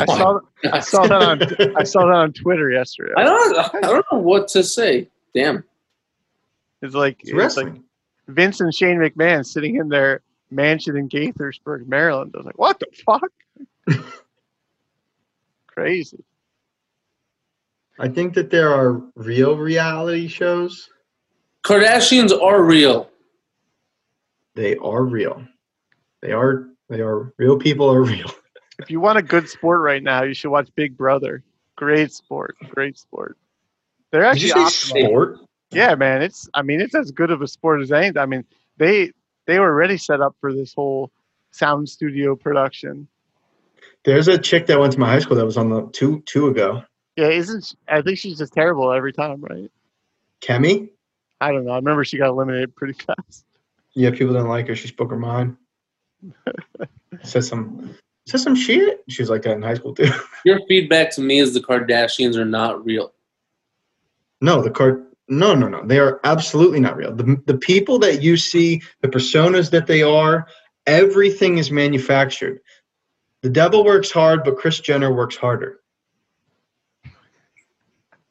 I saw I saw that on I saw that on Twitter yesterday. I don't. I don't know what to say. Damn. It's like It's it's like wrestling. Vince and Shane McMahon sitting in their mansion in Gaithersburg, Maryland. I was like, what the fuck? Crazy. I think that there are real reality shows. Kardashians are real. They are real. They are they are real people are real. If you want a good sport right now, you should watch Big Brother. Great sport. Great sport. They're Did you actually say optimal. sport? Yeah, man. It's I mean, it's as good of a sport as anything. I mean, they they were already set up for this whole sound studio production. There's a chick that went to my high school that was on the two two ago. Yeah, isn't she, I think she's just terrible every time, right? Kemi. I don't know. I remember she got eliminated pretty fast. Yeah, people didn't like her. She spoke her mind. said some said some shit. She was like that in high school too. Your feedback to me is the Kardashians are not real. No, the card. No, no, no. They are absolutely not real. The, the people that you see, the personas that they are, everything is manufactured. The devil works hard, but Chris Jenner works harder.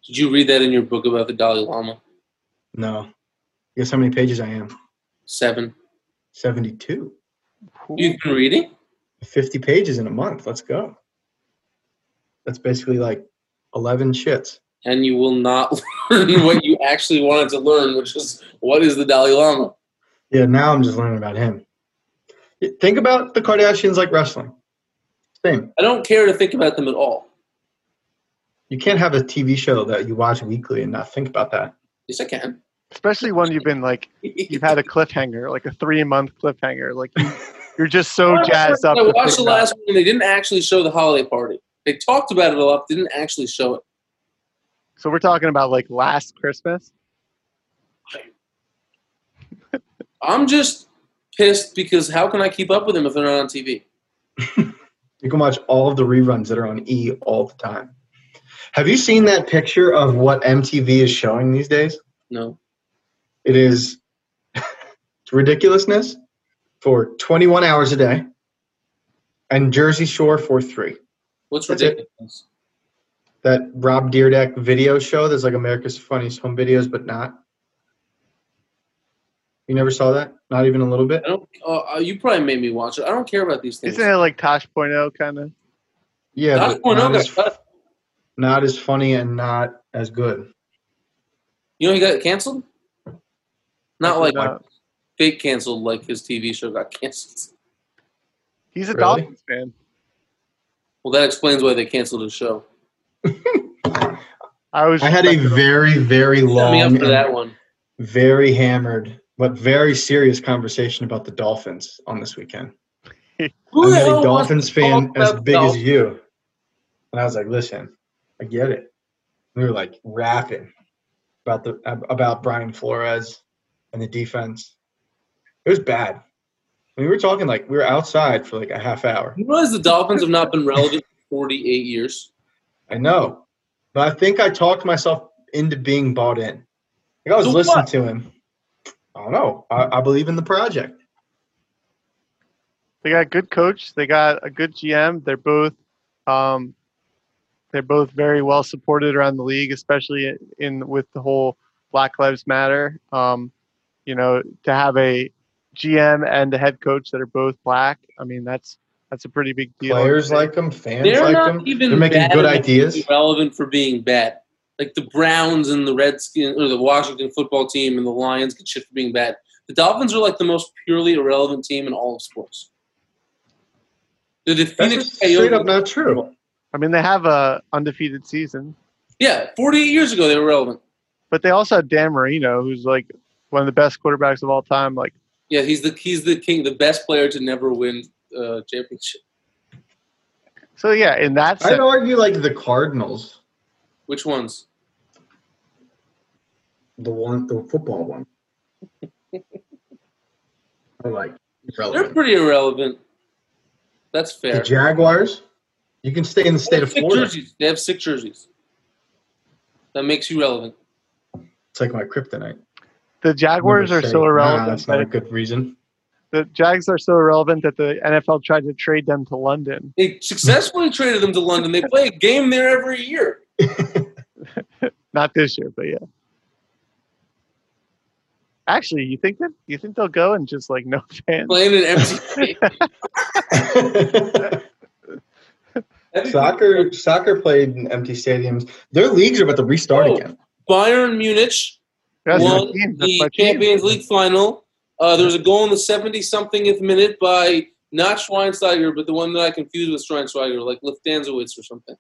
Did you read that in your book about the Dalai Lama? No. Guess how many pages I am? Seven. 72. You've been reading? 50 pages in a month. Let's go. That's basically like 11 shits. and you will not learn what you actually wanted to learn, which is what is the Dalai Lama. Yeah, now I'm just learning about him. Think about the Kardashians like wrestling. Same. I don't care to think about them at all. You can't have a TV show that you watch weekly and not think about that. Yes, I can. Especially when you've been like you've had a cliffhanger, like a three month cliffhanger. Like you, you're just so jazzed up. I to watched the pick it up. last one. and They didn't actually show the holiday party. They talked about it a lot, but didn't actually show it. So we're talking about like last Christmas. I'm just pissed because how can I keep up with them if they're not on TV? You can watch all of the reruns that are on E all the time. Have you seen that picture of what MTV is showing these days? No. It is ridiculousness for 21 hours a day and Jersey Shore for three. What's That's it. ridiculous? That Rob Deerdeck video show that's like America's Funniest Home Videos, but not. You never saw that? Not even a little bit? I don't. Uh, uh, you probably made me watch it. I don't care about these things. Isn't it like Tosh Point oh kind of? Yeah, That's but one not, other. as, not as funny and not as good. You know he got canceled. Not like Uh, fake canceled, like his TV show got canceled. he's a Really? Dolphins fan. Well, that explains why they canceled his show. I was. I had a very, very Set me long up for and that one. very hammered but very serious conversation about the Dolphins on this weekend. Who the I'm hell a wants Dolphins to fan talk as about big as Dolphins? you. And I was like, listen, I get it. We were like rapping about the ab- about Brian Flores and the defense. It was bad. I mean, we were talking like we were outside for like a half hour. You realize the Dolphins have not been relevant for 48 years. I know, but I think I talked myself into being bought in. Like I was To listening what? to him. I don't know. I, I believe in the project. They got a good coach. They got a good GM. They're both, um, they're both very well supported around the league, especially in, with the whole Black Lives Matter. Um, you know, to have a GM and a head coach that are both black. I mean, that's that's a pretty big deal. Players like them, fans They're like not them. even They're making bad good enough to be ideas. relevant for being bad. Like the Browns and the Redskins or the Washington football team and the Lions get shit for being bad. The Dolphins are like the most purely irrelevant team in all of sports. They're the That's Phoenix just straight Coyotes. up not true. I mean, they have a undefeated season, Yeah, 48 years ago they were relevant. but they also have Dan Marino, who's like one of the best quarterbacks of all time. Like, Yeah, he's the he's the king, the best player to never win uh, championship. so yeah, in that I'd sense, argue like the Cardinals, Which ones? the one, the football one. I like They're relevant. pretty irrelevant. That's The fair. Jaguars. You can stay in the They state have of six Florida. jerseys. They have six jerseys. That makes you relevant. It's like my kryptonite. the Jaguars Never are say, so Nah, irrelevant. that's not a that- good reason. the Jags are so irrelevant that the NFL tried to trade them to London. They successfully traded them to London. They play a game there every year. Not this year, but yeah. Actually, you think that you think they'll go and just like no fans? Playing an empty stadium. That'd be soccer, soccer played in empty stadiums. Their leagues are about to restart Oh. again. cool. Bayern Munich That's my won team. That's my the team. Champions League final. Uh, there was a goal in the 70 somethingth minute by not Schweinsteiger, but the one that I confused with Schweinsteiger, like Lufthansa or something.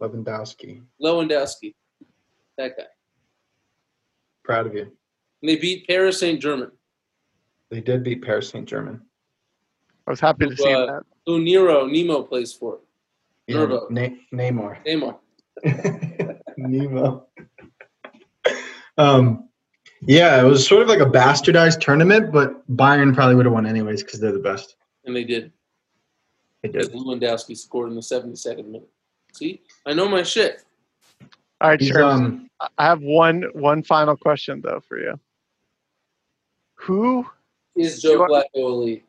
Lewandowski, Lewandowski. That guy. proud of you. And they beat Paris Saint Germain, They did beat Paris Saint Germain. I was happy to see Uh, that. who Nero, Nemo plays for. Yeah, Nervo. Ne- Neymar. Neymar. Nemo. Um, yeah, it was sort of like a bastardized tournament, but Bayern probably would have won anyways because they're the best. And they did. They Because did. Lewandowski scored in the 72nd minute. See? I know my shit. All right, He's, sure. um, I- I have one one final question though for you. Who? Is You Joe are- Black goalie?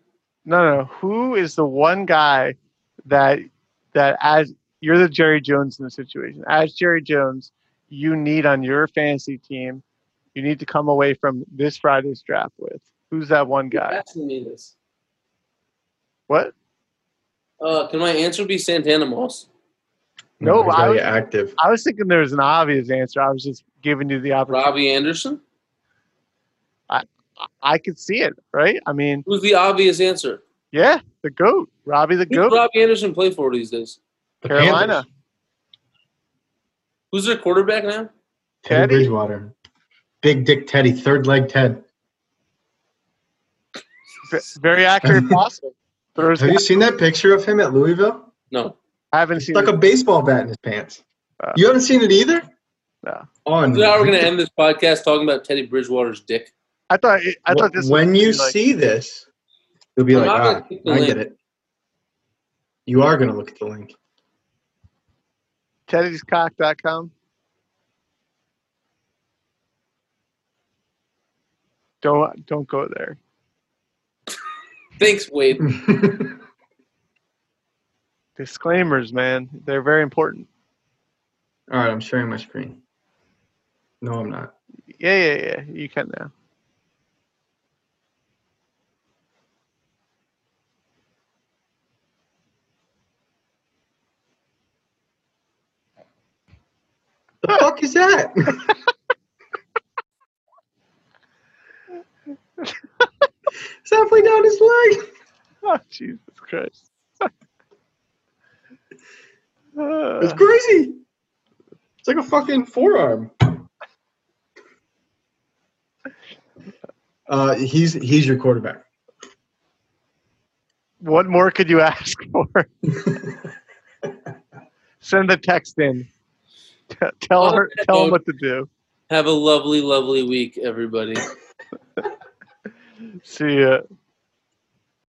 No, no. Who is the one guy that that as you're the Jerry Jones in the situation? As Jerry Jones, you need on your fantasy team. You need to come away from this Friday's draft with who's that one You're guy? asking me this. What? Uh, can my answer be Santana Moss? No, he's I already was- active. I was thinking there was an obvious answer. I was just giving you the opportunity. Robbie Anderson? I could see it, right? I mean, Who's the obvious answer? yeah, the goat, Robbie the Who does goat, Robbie Anderson play for these days? The Carolina. Panthers, Who's their quarterback now? Teddy Teddy. Bridgewater. Big Dick Teddy, third leg Ted. V- very accurate pass. Throws. Have you seen that picture of him at Louisville? No. I haven't He seen. stuck it. a baseball bat in his pants. Uh, You haven't seen it either? No. On So now we're going to end this podcast talking about Teddy Bridgewater's dick. I thought. It, I thought this. when was you like- see this, you'll be I'm like, not gonna ah, click the I link. get it. You are going to look at the link. Teddy'sCock.com. Don't don't go there. Thanks, Wade. Disclaimers, man, they're very important. All right, I'm sharing my screen. No, I'm not. Yeah, yeah, yeah. You can now. The fuck is that? it's halfway down his leg. Oh Jesus Christ! It's Uh, crazy. It's like a fucking forearm. Uh, he's he's your quarterback. what more could you ask for? Send the text in. T- tell her. Tell him what to do. Have a lovely, lovely week, everybody. See ya.